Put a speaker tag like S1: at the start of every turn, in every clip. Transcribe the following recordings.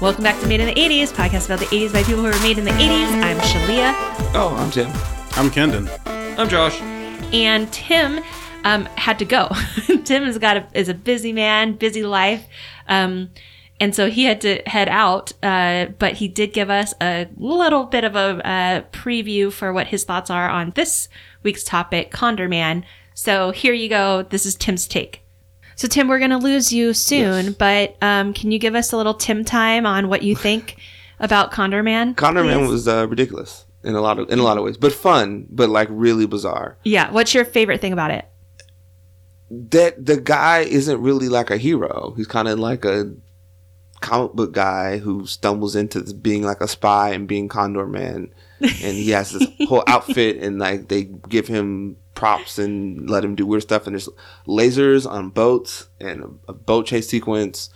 S1: Welcome back to Made in the 80s, podcast about the 80s by people who were made in the 80s. I'm Shalia.
S2: Oh, I'm Tim.
S3: I'm Kendon.
S2: I'm Josh.
S1: and Tim um, had to go. Tim has got a, is a busy man, busy life, um, and so he had to head out. Uh, but he did give us a little bit of a uh, preview for what his thoughts are on this week's topic, Condor Man. So here you go. This is Tim's take. So Tim, we're gonna lose you soon, but um, can you give us a little Tim time on what you think about Condor Man?
S2: Condor Man
S1: please?
S2: was uh, ridiculous in a lot of in a lot of ways, but fun, but like really bizarre.
S1: yeah. What's your favorite thing about it?
S2: That the guy isn't really like a hero. He's kind of like a comic book guy who stumbles into this being like a spy and being Condor Man, and he has this whole outfit, and like they give him props and let him do weird stuff, and there's lasers on boats and a, a boat chase sequence.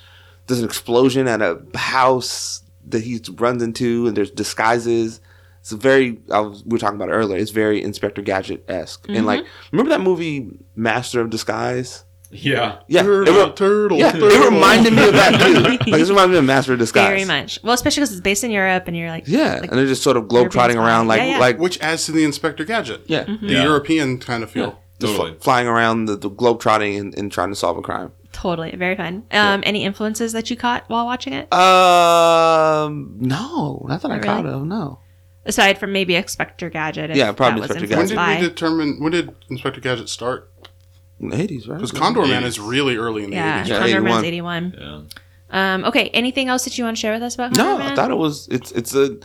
S2: There's an explosion at a house that he runs into, and there's disguises. It's very. I was, we were talking about it earlier. It's very Inspector Gadget esque, and like
S1: Mm-hmm.
S2: remember that movie Master of Disguise.
S3: Yeah.
S2: Yeah,
S3: Turtle.
S2: it re-
S3: turtle.
S2: Yeah,
S3: turtle.
S2: it reminded me of that too. Like it reminded me of Master of Disguise.
S1: Very much. Well, especially because it's based in Europe, and you're like,
S2: Yeah,
S1: like,
S2: and they're just sort of globetrotting
S1: European
S2: around,
S1: style.
S2: like
S1: Yeah, Mm-hmm. yeah.
S2: like
S3: Which adds to the Inspector Gadget.
S2: yeah,
S3: The
S4: Yeah.
S3: European kind of feel.
S2: just fl-
S4: Totally.
S2: flying around the, the globetrotting and, and trying to solve a crime.
S1: totally very fun. Um, Any influences that you caught while watching it,
S2: Um, no, not that I
S1: Not
S2: caught
S1: really?
S2: of. No,
S1: aside from maybe Inspector Gadget? if
S2: Yeah, probably
S1: that was
S2: Inspector
S3: When
S1: influenced
S2: Gadget.
S3: did
S1: by-
S3: we determine? When did Inspector Gadget start?
S2: in the eighties, right?
S3: Because Condor Man
S4: 80s.
S3: is really early in the
S1: yeah,
S3: 80s.
S2: Yeah,
S1: Condor Man's
S2: 81.
S1: eighty-one.
S4: Yeah.
S1: Um, okay, anything else that you want to share with us about?
S2: No,
S1: Condor Man?
S2: I thought it was. It's it's a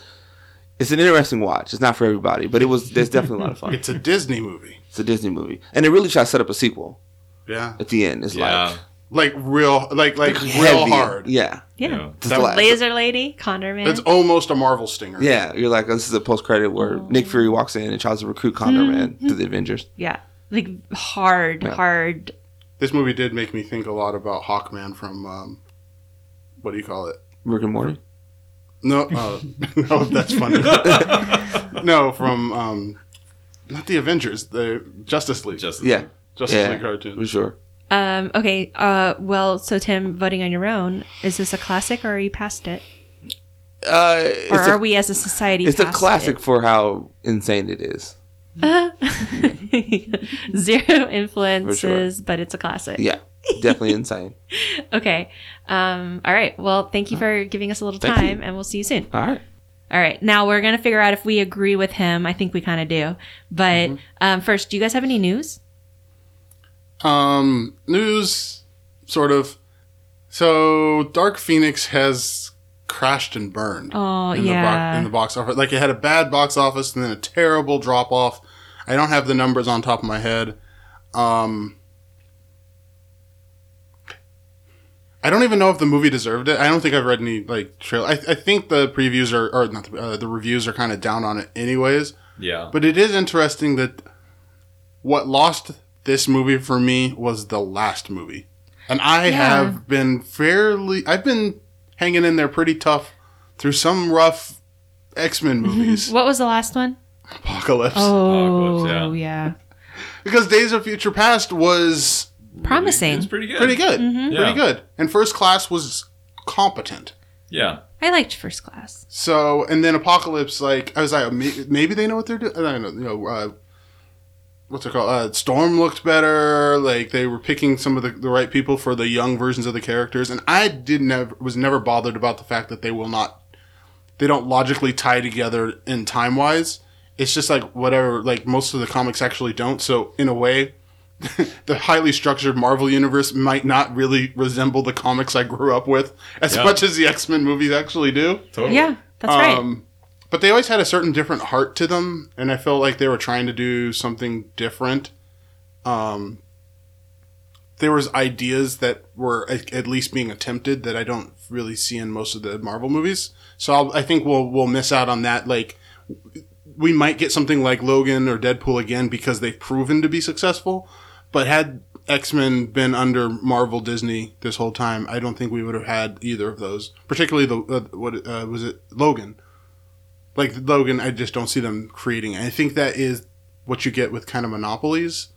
S2: it's an interesting watch. It's not for everybody, but it was. There's definitely a lot of fun.
S3: It's a Disney movie.
S2: It's a Disney movie, and they really try to set up a sequel
S3: Yeah.
S2: at the end. It's
S4: Yeah.
S2: like
S3: Like real, like like real
S2: heavy.
S3: hard.
S2: Yeah,
S1: yeah,
S4: Yeah.
S2: Just
S3: That-
S2: like-
S1: Laser Lady, Condor Man.
S3: It's almost a Marvel stinger.
S2: Yeah, you're like oh, this is a post credit where Nick Fury walks in and tries to recruit Condor Man to the Avengers.
S1: yeah, like hard,
S2: Yeah.
S1: hard.
S3: This movie did make me think a lot about Hawkman from, um, what do you call it?
S2: Rick and Morty.
S3: No, uh, no, that's funny. no, from um, not the Avengers, the Justice League,
S4: Just
S2: Yeah,
S3: Justice
S2: yeah.
S3: League
S2: for
S3: cartoon.
S2: sure.
S1: Um, okay, uh, well, so Tim, voting on your own, is this a classic or are you past it,
S2: Uh,
S1: or
S2: it's
S1: are
S2: a,
S1: we as a society?
S2: it's a
S1: past
S2: classic
S1: it?
S2: for how insane it is.
S1: Zero influences, but it's a classic.
S2: Yeah, definitely insane.
S1: Okay. Um, all right. Well, thank you for giving us a little
S2: Thank
S1: time,
S2: you.
S1: and we'll see you soon.
S2: All right.
S1: All right. Now we're going to figure out if we agree with him. I think we kind of do. But um, first, do you guys have any news?
S3: Um, news, sort of. So Dark Phoenix has crashed and burned.
S1: Oh,
S3: in The bo-
S1: yeah.
S3: in the box office, like it had a bad box office and then a terrible drop off. I don't have the numbers on top of my head. Um, I don't even know if the movie deserved it. I don't think I've read any like trailer. I, I think the previews are or not the, uh, the reviews are kind of down on it, anyways.
S4: Yeah.
S3: But it is interesting that what lost this movie for me was the last movie. And I
S1: Yeah.
S3: have been fairly I've been hanging in there pretty tough through some rough X-Men movies.
S1: Mm-hmm. What was the last one?
S3: Apocalypse.
S1: Oh, yeah.
S4: Apocalypse,
S3: Because Days of Future Past was
S1: Promising.
S4: It's pretty good.
S3: pretty good.
S1: Mm-hmm.
S4: Yeah.
S3: Pretty good. And First Class was competent.
S4: Yeah.
S1: I liked First Class.
S3: So, and then Apocalypse, like, I was like, may- maybe they know what they're doing. I don't know, you know, uh, what's it called? Uh, Storm looked better. Like, they were picking some of the, the right people for the young versions of the characters. And I did never, was never bothered about the fact that they will not, they don't logically tie together in time wise. It's just like whatever, like, most of the comics actually don't. So, in a way, the highly structured Marvel universe might not really resemble the comics I grew up with as
S4: Yeah.
S3: much as the X Men movies actually do.
S4: Totally.
S1: Yeah, that's
S3: Um,
S1: right.
S3: But they always had a certain different heart to them, and I felt like they were trying to do something different. Um, there was ideas that were at, at least being attempted that I don't really see in most of the Marvel movies. So I'll, I think we'll we'll miss out on that. Like we might get something like Logan or Deadpool again because they've proven to be successful. But had X Men been under Marvel Disney this whole time, I don't think we would have had either of those. Particularly the uh, what uh, was it Logan? Like Logan, I just don't see them creating. it. I think that is what you get with kind of monopolies,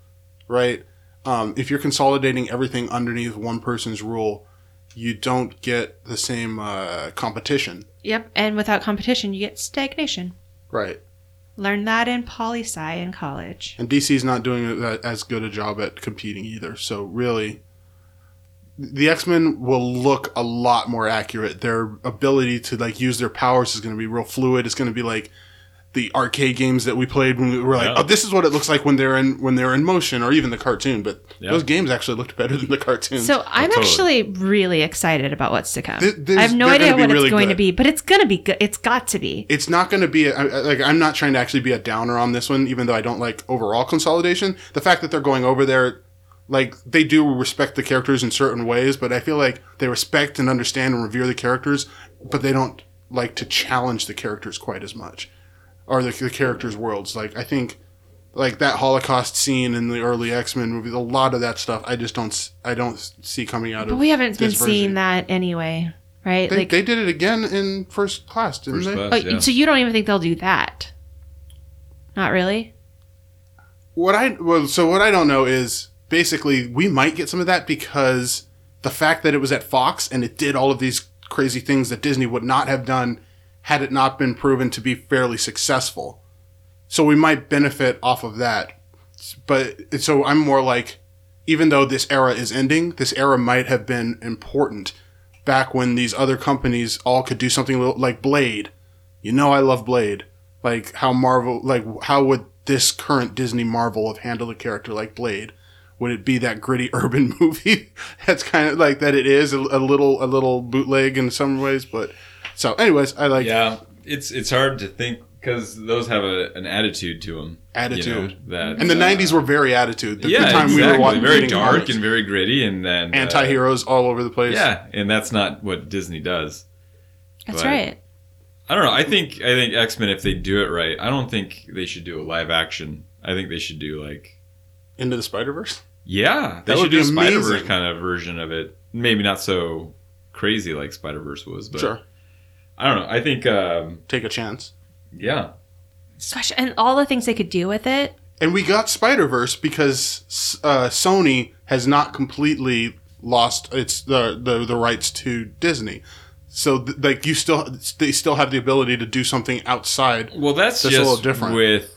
S3: right? Um, if you're consolidating everything underneath one person's rule, you don't get the same uh, competition.
S1: Yep. And without competition, you get stagnation.
S3: Right.
S1: Learn that in poli sci in college.
S3: And DC's not doing a- as good a job at competing either. So really, the X Men will look a lot more accurate. Their ability to like use their powers is going to be real fluid. It's going to be like the arcade games that we played when we were like,
S4: Yeah.
S3: oh, this is what it looks like when they're in when they're in motion, or even the cartoon. But
S4: Yeah.
S3: those games actually looked better than the cartoons.
S1: So I'm
S4: totally.
S1: actually really excited about what's to come.
S3: Th- there's-
S1: I have no
S3: they're
S1: idea
S3: gonna be
S1: what
S3: really
S1: it's going
S3: good.
S1: to be, but it's gonna be good. It's got to be.
S3: it's not going to be I- I- like I'm not trying to actually be a downer on this one, even though I don't like overall consolidation. The fact that they're going over there, like they do respect the characters in certain ways, but I feel like they respect and understand and revere the characters, but they don't like to challenge the characters quite as much, or the, the characters' worlds. Like I think, like that Holocaust scene in the early X Men movies, a lot of that stuff I just don't s- I don't s- see coming out
S1: But
S3: of.
S1: we haven't been
S3: this version.
S1: seeing that anyway, right?
S3: They,
S1: like,
S3: they did it again in First Class, didn't
S4: First
S3: they?
S4: class,
S1: oh,
S4: yeah.
S1: so you don't even think they'll do that? Not really.
S3: What I well, so what I don't know is basically we might get some of that because the fact that it was at Fox and it did all of these crazy things that Disney would not have done had it not been proven to be fairly successful. So we might benefit off of that. But so I'm more like even though this era is ending, this era might have been important back when these other companies all could do something li- like Blade. You know I love Blade. Like how Marvel like how would this current Disney Marvel have handled a character like Blade? Would it be that gritty urban movie that's kind of like that it is a, a little a little bootleg in some ways, but so anyways, I like
S4: yeah, it's it's hard to think because those have a, an attitude to them.
S3: Attitude.
S4: that
S3: And the
S4: uh,
S3: '90s were very attitude. The,
S4: yeah,
S3: the time we were watching
S4: very
S3: reading
S4: dark
S3: comics.
S4: and very gritty, and then uh,
S3: anti-heroes all over the place.
S4: yeah, and that's not what Disney does.
S1: That's
S4: But-
S1: right.
S4: I don't know. I think I think X Men if they do it right, I don't think they should do a live action. I think they should do like
S3: into the Spider Verse.
S4: yeah, they
S3: That
S4: should
S3: would
S4: do a
S3: be
S4: Spider Verse
S3: amazing.
S4: kind of version of it. Maybe not so crazy like Spider Verse was, but I don't know. I think um,
S3: take a chance.
S4: yeah,
S1: Gosh, and all the things they could do with it.
S3: And we got Spider Verse because uh, Sony has not completely lost its the the, the rights to Disney. So th- like you still they still have the ability to do something outside.
S4: Well, that's,
S3: That's a
S4: just
S3: little different.
S4: with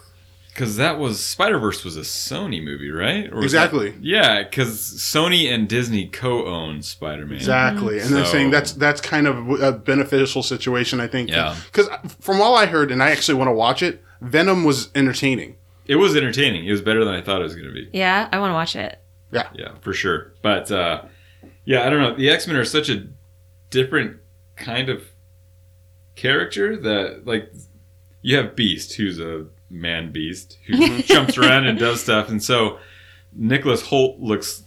S4: because that was Spider Verse was a Sony movie, right? Or was
S3: Exactly.
S4: that- yeah, because Sony and Disney co-own Spider Man.
S3: Exactly, and they're
S4: So-
S3: saying that's that's kind of a beneficial situation, I think.
S4: Yeah.
S3: Because from all I heard, and I actually want to watch it. Venom was entertaining.
S4: It was entertaining. It was better than I thought it was going to be.
S1: Yeah, I want to watch it.
S4: Yeah, for sure. But uh, yeah, I don't know. The X Men are such a different kind of character that like you have Beast, who's a man beast who jumps around and does stuff, and so Nicholas Holt looks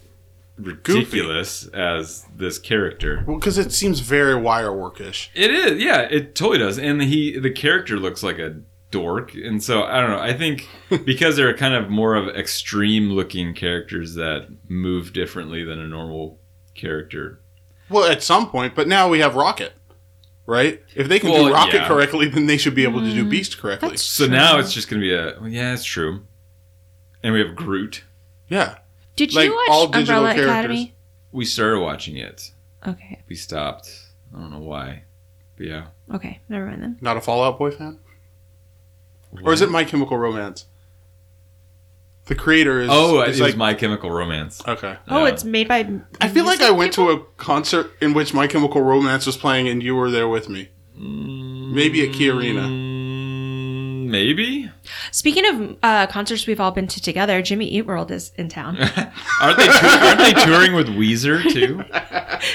S4: ridiculous as this character.
S3: Well, because it seems very wire workish.
S4: It is, yeah, it totally does. And he, the character looks like a dork, and so I don't know. I think because they're kind of more of extreme looking characters that move differently than a normal character.
S3: Well, at some point, but now we have Rocket, right? If they can
S4: Well,
S3: do Rocket
S4: yeah.
S3: correctly, then they should be able to do Beast correctly.
S1: That's
S4: So now it's just gonna be a well, yeah, it's true. And we have Groot.
S3: yeah.
S1: Did
S3: like,
S1: you watch
S3: all digital
S1: Umbrella
S3: characters.
S1: Academy?
S4: We started watching it.
S1: Okay.
S4: We stopped. I don't know why. But yeah.
S1: Okay. Never mind then.
S3: Not a Fallout Boy fan? Or is it My Chemical Romance? The creator is.
S4: Oh,
S3: is
S4: it's
S3: like,
S4: My Chemical Romance.
S3: Okay.
S1: Oh,
S4: Yeah.
S1: it's made by.
S3: I feel like I went to a concert in which My Chemical Romance was playing and you were there with me. Maybe at Key Arena.
S4: Mm, Maybe.
S1: Speaking of uh, concerts we've all been to together, Jimmy Eat World is in town.
S4: aren't they tou- aren't they touring with Weezer too?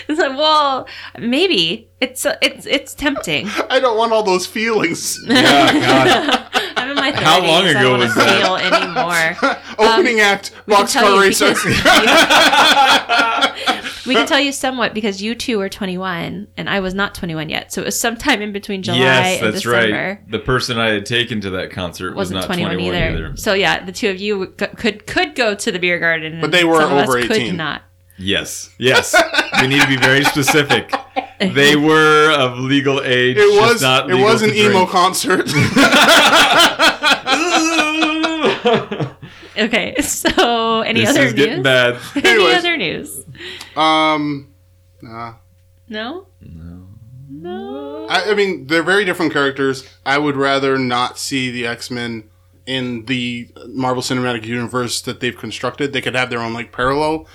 S1: It's like, well, maybe it's uh, it's it's tempting.
S3: I don't want all those feelings.
S4: Yeah,
S1: I'm in my 30s.
S4: How long
S1: I
S4: ago
S1: don't wanna
S4: was that?
S1: Feel anymore?
S3: Opening act,
S1: We can tell
S3: Boxcar
S1: you
S3: Racer.
S1: because- we can tell you somewhat because you two are 21 and I was not 21 yet, so it was sometime in between July
S4: yes,
S1: and
S4: that's
S1: December.
S4: right. The person I had taken to that concert was
S1: Wasn't
S4: not
S1: 21, either. So yeah, the two of you would- could could go to the beer garden,
S3: But they were
S1: some of
S3: over
S1: us
S3: 18.
S1: Could not.
S4: Yes, yes. we need to be very specific. They were of legal age.
S3: It
S4: just
S3: was
S4: not
S3: it
S4: legal
S3: was
S4: to
S3: an emo
S4: drink.
S3: concert.
S1: Okay, so any
S4: this
S1: other
S4: is getting
S1: news?
S4: bad.
S1: Any
S3: Anyways.
S1: other news?
S3: um, nah,
S1: No?
S4: No.
S1: No.
S3: I, I mean, they're very different characters. I would rather not see the X Men in the Marvel Cinematic Universe that they've constructed. They could have their own like parallel,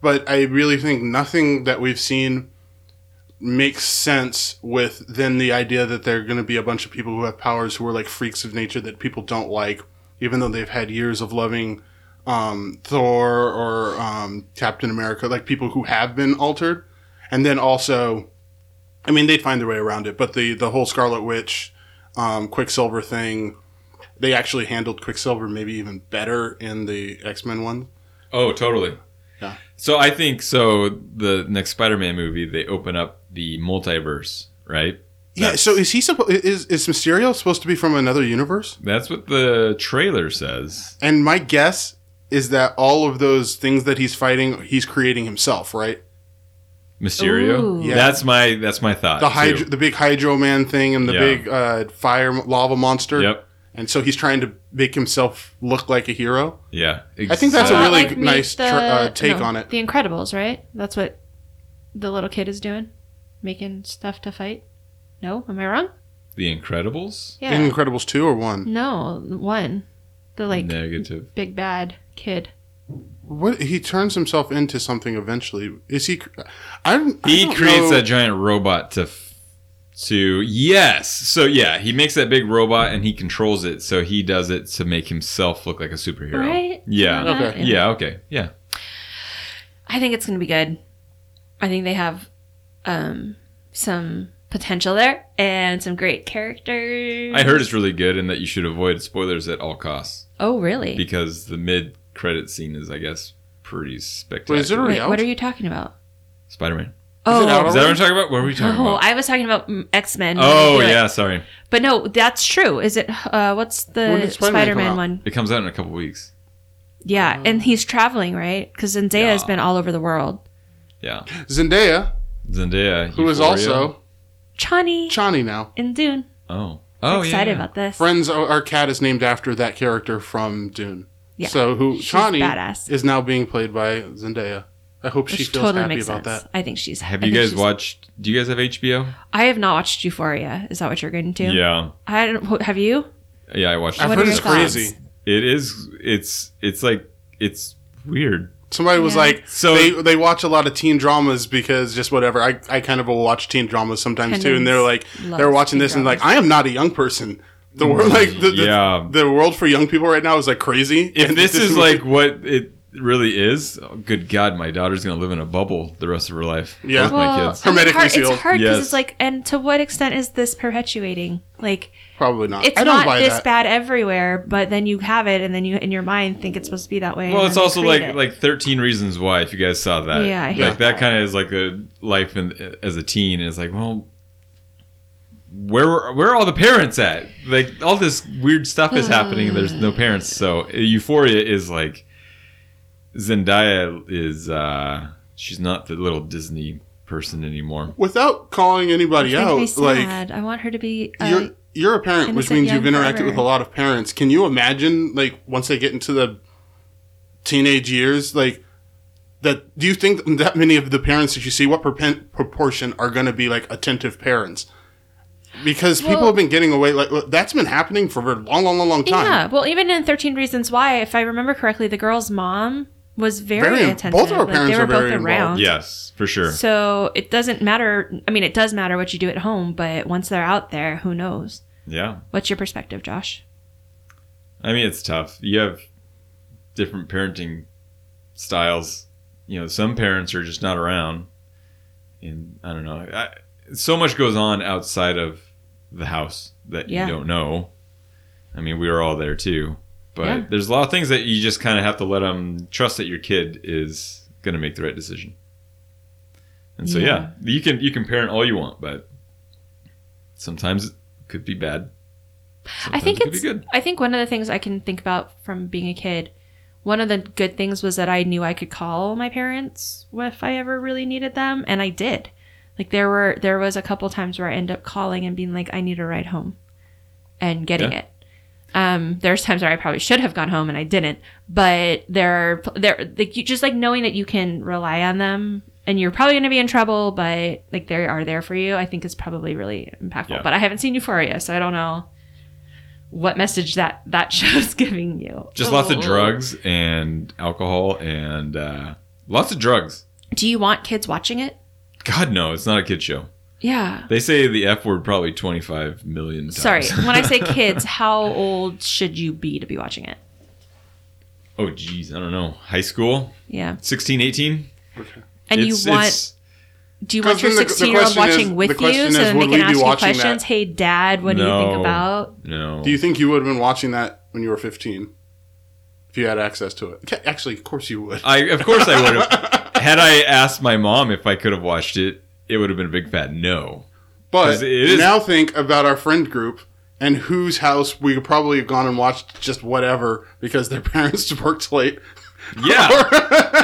S3: but I really think nothing that we've seen makes sense with then the idea that they're going to be a bunch of people who have powers who are like freaks of nature that people don't like, even though they've had years of loving um, Thor or um, Captain America, like people who have been altered, and then also. I mean, they'd find their way around it, but the the whole Scarlet Witch, um, Quicksilver thing, they actually handled Quicksilver maybe even better in the X Men one.
S4: Oh, totally.
S3: Yeah.
S4: So I think so. The next Spider-Man movie, they open up the multiverse, right?
S3: Yeah.
S4: That's-
S3: So is he supposed is is Mysterio supposed to be from another universe?
S4: That's what the trailer says.
S3: And my guess is that all of those things that he's fighting, he's creating himself, right?
S4: Mysterio.
S1: Ooh.
S3: Yeah.
S4: That's my that's my thought.
S3: The
S4: too.
S3: hydro, the big Hydro Man thing, and the
S4: Uh, Yeah.
S3: big uh, fire lava monster.
S4: Yep.
S3: And so he's trying to make himself look like a hero.
S4: Yeah.
S3: I think that's a
S1: Uh,
S4: Exactly.
S3: really
S1: like
S3: nice
S1: make
S3: tr- uh, take on it.
S1: The Incredibles, right? That's what the little kid is doing, making stuff to fight. No, am I wrong?
S4: The Incredibles.
S1: Yeah.
S3: In Incredibles two or one?
S1: no, one. The like
S4: Negative.
S1: big bad kid.
S3: What he turns himself into something eventually. Is he? I don't. I
S4: He
S3: don't
S4: creates
S3: know.
S4: that giant robot to f- to yes. So yeah, he makes that big robot and he controls it. So he does it to make himself look like a superhero.
S1: Right?
S4: Yeah.
S3: Okay.
S1: Not in-
S4: Yeah. Okay. Yeah.
S1: I think it's going to be good. I think they have um, some potential there and some great characters.
S4: I heard it's really good and that you should avoid spoilers at all costs
S1: Oh, really?
S4: because the mid credit scene is, I guess, pretty spectacular.
S3: Wait, is it already
S1: Wait,
S3: out?
S1: what are you talking about?
S4: Spider Man?
S1: Oh,
S3: out
S4: Is that what I'm talking about? What are we talking
S1: oh,
S4: about?
S1: I was talking about X Men.
S4: oh yeah, sorry.
S1: But no, that's true. Is it? Uh, what's the
S3: When did Spider-Man
S1: Spider
S3: come
S1: Man
S3: out? Uh-huh.
S1: one?
S4: It comes out in a couple weeks.
S1: Yeah, and he's traveling, right? Because Zendaya has
S4: Yeah.
S1: been all over the world.
S4: Yeah,
S3: Zendaya,
S4: Zendaya,
S3: who is
S4: Euphoria.
S3: also
S1: Chani
S3: Chani now.
S1: in Dune.
S4: oh
S1: I'm
S4: oh
S1: excited
S4: yeah.
S1: about this.
S3: Friends, uh, our our cat is named after that character from Dune.
S1: Yeah.
S3: So who
S1: She's
S3: Chani
S1: badass.
S3: is now being played by Zendaya. I hope she
S1: Which
S3: feels
S1: totally
S3: happy
S1: makes
S3: about
S1: sense.
S3: that.
S1: I think she's.
S4: Have
S1: I
S4: you
S1: think
S4: guys
S1: she's-
S4: watched? Do you guys have HBO?
S1: I have not watched Euphoria. Is that what you're going to?
S4: Yeah,
S1: I don't. wh- Have you?
S4: yeah. I watched.
S3: I've
S1: What
S4: it.
S1: are
S3: heard
S1: your
S3: it's
S1: thoughts?
S3: crazy.
S4: It is. It's. It's like. It's weird.
S3: Somebody was
S1: Yeah.
S3: like,
S4: So-
S3: they they watch a lot of teen dramas because just whatever. I, I kind of will watch teen dramas sometimes too, and they're like,
S1: Kendall's
S3: they're
S1: loves teen
S3: watching this and like,
S1: dramas.
S3: I am not a young person. The world like the, the,
S4: Mm, Yeah.
S3: the world for young people right now is like crazy.
S4: If
S3: And
S4: this is like what it really is, oh, good God, my daughter's gonna live in a bubble the rest of her life.
S3: Yeah.
S4: Both my kids.
S1: I mean,
S3: Hermetically
S1: hard-
S3: sealed.
S1: It's hard because
S4: Yes.
S1: it's like, and to what extent is this perpetuating? Like,
S3: probably not.
S1: it's
S3: I don't
S1: not
S3: buy
S1: this
S3: that.
S1: bad everywhere, but then you have it, and then you in your mind think it's supposed to be that way.
S4: Well,
S1: and
S4: it's
S1: then
S4: also
S1: create
S4: like
S1: it.
S4: like Thirteen Reasons Why. If you guys saw that,
S1: Yeah, I
S4: like
S1: hate
S4: that
S1: that.
S4: kind of is like a life in, as a teen. And it's like, well, where were- where are all the parents at? Like all this weird stuff is happening, and there's no parents. So Euphoria is like Zendaya is uh she's not the little Disney person anymore.
S3: Without calling anybody
S1: Which makes me
S3: out, like
S1: sad. I want her to be. Uh,
S3: you're you're a parent, which
S1: innocent
S3: means you've
S1: young
S3: interacted
S1: forever.
S3: with a lot of parents. Can you imagine like once they get into the teenage years, like that? Do you think that many of the parents that you see, what propen- proportion are going to be like attentive parents? Because people
S1: Well-
S3: have been getting away like that's been happening for a long, long, long, long time.
S1: yeah. Well, even in Thirteen Reasons Why, if I remember correctly, the girl's mom was very,
S3: Very-
S1: attentive.
S3: both of our
S1: Like,
S3: parents
S1: they were
S3: were very
S1: both
S3: involved.
S1: around.
S4: Yes, for sure.
S1: So it doesn't matter. I mean, it does matter what you do at home, but once they're out there, who knows?
S4: Yeah,
S1: What's your perspective, Josh?
S4: I mean it's tough. You have different parenting styles. You know, some parents are just not around, and I don't know. I, so much goes on outside of the house that
S1: Yeah.
S4: you don't know. I mean, we were all there too, but
S1: Yeah.
S4: there's a lot of things that you just kind of have to let them trust that your kid is going to make the right decision. And so, yeah. you can you can parent all you want, but sometimes it could be bad.
S1: I think
S4: Sometimes it could
S1: it's.
S4: be good.
S1: I think one of the things I can think about from being a kid, one of the good things was that I knew I could call my parents if I ever really needed them, and I did. Like there were there was a couple times where I end up calling and being like, I need a ride home, and getting
S4: Yeah.
S1: it. Um, there's times where I probably should have gone home and I didn't, but there are there like you just like knowing that you can rely on them and you're probably going to be in trouble, but like they are there for you, I think is probably really impactful.
S4: Yeah.
S1: But I haven't seen Euphoria, so I don't know what message that that show's giving you.
S4: Just lots of
S1: Oh.
S4: drugs and alcohol and uh, lots of drugs.
S1: Do you want kids watching it?
S4: God no, it's not a kid show.
S1: Yeah.
S4: They say the F word probably 25 million times.
S1: Sorry, when I say kids, how old should you be to be watching it?
S4: oh geez, I don't know. High school,
S1: Yeah.
S4: 16, 18.
S3: Okay.
S1: And
S4: It's-
S1: you want
S4: it's-
S1: do you want
S3: Because
S1: your
S3: then the- the
S1: 16 year old
S3: question is-
S1: watching
S3: the
S1: with you
S3: question
S1: so
S3: is,
S1: then they
S3: would
S1: can
S3: we be
S1: ask you
S3: watching that?
S1: questions? Hey dad, what do you think
S4: No.
S1: about?
S4: no.
S3: Do you think you would have been watching that when you were 15 if you had access to it? Okay, Actually, of course you would.
S4: I of course I would have. had I asked my mom if I could have watched it, it would have been a big fat no.
S3: But
S4: 'Cause it is-
S3: now think about our friend group and whose house we could probably have gone and watched just whatever because their parents worked late.
S4: Yeah,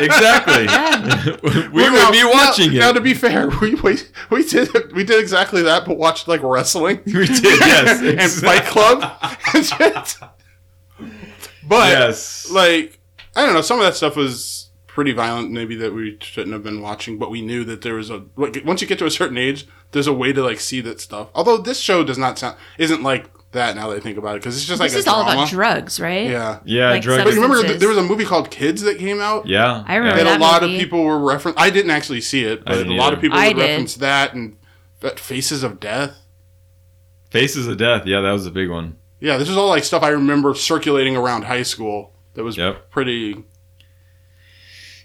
S4: exactly. we
S3: Well,
S4: would
S3: now-
S4: be watching
S3: now,
S4: it.
S3: Now, to be fair, we, we we did we did exactly that, but watched like wrestling
S4: we did, yes.
S3: and Fight
S4: exactly.
S3: Club. and shit. but
S4: Yes.
S3: like I don't know, some of that stuff was pretty violent, maybe that we shouldn't have been watching, but we knew that there was a like, once you get to a certain age, there's a way to like see that stuff. Although this show does not sound isn't like that now that I think about it because it's just like
S1: This
S3: a
S1: is all
S3: drama.
S1: about drugs, right?
S3: yeah.
S4: yeah,
S1: like
S4: drugs.
S3: But you remember
S1: Substances.
S3: th- there was a movie called Kids that came out
S4: yeah.
S1: I remember
S4: yeah.
S3: that,
S1: that
S3: a lot
S1: movie.
S3: of people were reference. I didn't actually see it, but a
S4: didn't
S3: lot
S4: either.
S3: of people
S1: I
S3: would
S1: did.
S3: reference that and that Faces of Death.
S4: Faces of Death. Yeah, that was a big one.
S3: Yeah, this is all like stuff I remember circulating around high school. That was
S4: Yep.
S3: pretty.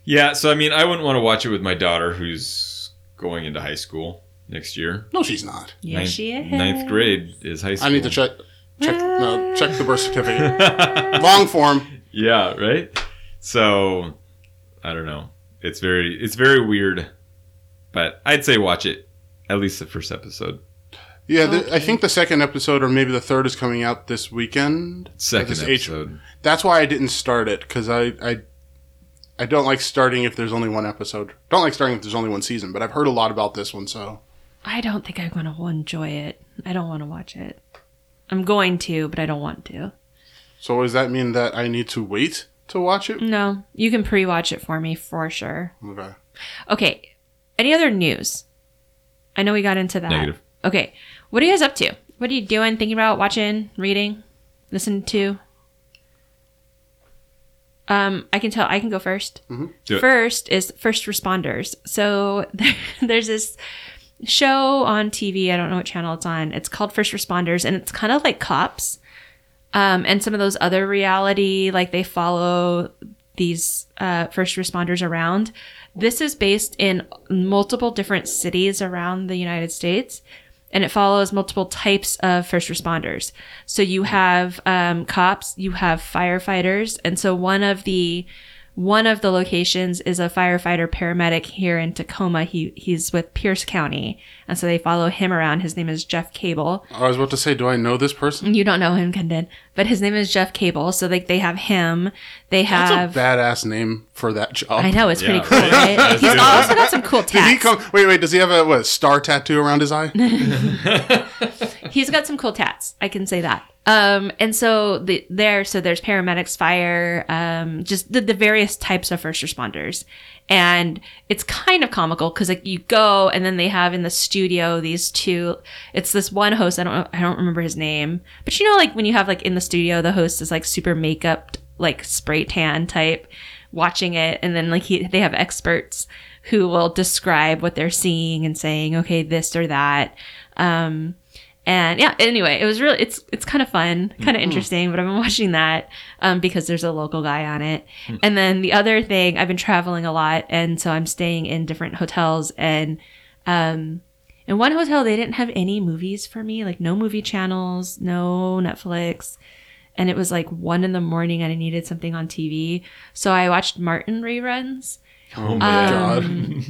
S4: Yeah, so I mean, I wouldn't want to watch it with my daughter who's going into high school next year.
S3: No, she's not.
S1: Yes,
S4: ninth,
S1: she is.
S4: Ninth grade is high school.
S3: I need to check check no,
S1: uh,
S3: check the birth certificate. Long form.
S4: Yeah, right. So I don't know. It's very it's very weird, but I'd say watch it at least the first episode.
S3: Yeah, the,
S1: Okay.
S3: I think the second episode or maybe the third is coming out this weekend.
S4: Second
S3: This age-
S4: episode.
S3: That's why I didn't start it because I, I I don't like starting if there's only one episode. Don't like starting if there's only one season. But I've heard a lot about this one, so
S1: I don't think I'm going to enjoy it. I don't want to watch it. I'm going to, but I don't want to.
S3: so does that mean that I need to wait to watch it?
S1: No, you can pre-watch it for me for sure.
S3: Okay.
S1: Okay. Any other news? I know we got into that.
S4: Negative.
S1: Okay. What are you guys up to? What are you doing? Thinking about watching, reading, listening to? Um, I can tell. I can go first.
S4: Mm-hmm. Do it.
S1: First is first responders. So there's this show on TV. I don't know what channel it's on. It's called First Responders, and it's kind of like Cops, um, and some of those other reality. Like they follow these uh, first responders around. This is based in multiple different cities around the United States, and it follows multiple types of first responders. So you have um, cops, you have firefighters, and so one of the one of the locations is a firefighter paramedic here in Tacoma. He he's with Pierce County, and so they follow him around. His name is Jeff Cable,
S3: I was about to say, do I know this person?
S1: you don't know him, Kendon, but his name is Jeff Cable. So like they have him. They
S3: That's
S1: have.
S3: a badass name for that job.
S1: I know it's
S4: Yeah.
S1: pretty cool, right? He's
S4: dude.
S1: also got some cool
S3: Did he
S1: tats.
S3: come? Wait, wait. Does he have a what star tattoo around his eye?
S1: He's got some cool tats. I can say that. Um, and so the, there, so there's paramedics, fire, um, just the, the various types of first responders, and it's kind of comical because like you go and then they have in the studio these two. It's this one host. I don't know. I don't remember his name, but you know, like when you have like in the studio, the host is like super makeup, like spray tan type, watching it and then like he, they have experts who will describe what they're seeing and saying okay this or that um and yeah anyway it was really it's it's kind of fun
S3: Mm-hmm.
S1: kind of interesting but i've been watching that um because there's a local guy on it
S3: Hmm.
S1: and then the other thing i've been traveling a lot and so i'm staying in different hotels and um in one hotel they didn't have any movies for me like no movie channels no netflix and it was like one in the morning and I needed something on TV. So I watched Martin reruns.
S3: Oh
S1: Um,
S3: my god!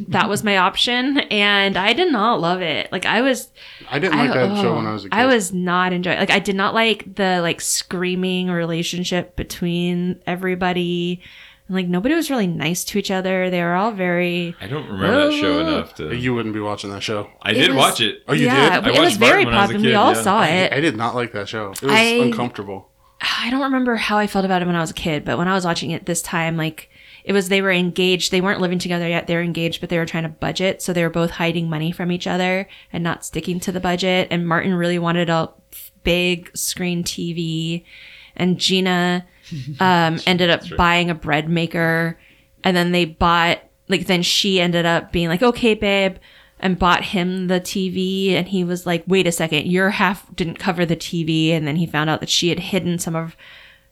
S1: That was my option. And I did not love it. Like I was
S3: I didn't like that show when I was a kid.
S1: I was not enjoying like I did not like the like screaming relationship between everybody. And, like nobody was really nice to each other. They were all very
S4: I don't remember that show enough to.
S3: You wouldn't be watching that show.
S1: It
S4: I did
S1: was-
S4: watch it.
S3: Oh, you
S1: yeah,
S3: did?
S4: I
S1: It was
S4: watched
S1: very
S4: Martin when I was a
S1: popular. We
S4: kid,
S1: all
S4: yeah.
S1: saw
S3: I,
S1: it.
S3: I did not like that show. It was
S1: I-
S3: uncomfortable.
S1: I don't remember how I felt about it when I was a kid, but when I was watching it this time, like it was they were engaged. They weren't living together yet. They were engaged, but they were trying to budget, so they were both hiding money from each other and not sticking to the budget. And Martin really wanted a big screen TV, and Gina um, ended up buying a bread maker, and then they bought like then she ended up being like, okay, babe. And bought him the TV, and he was like, "Wait a second, your half didn't cover the TV." And then he found out that she had hidden some of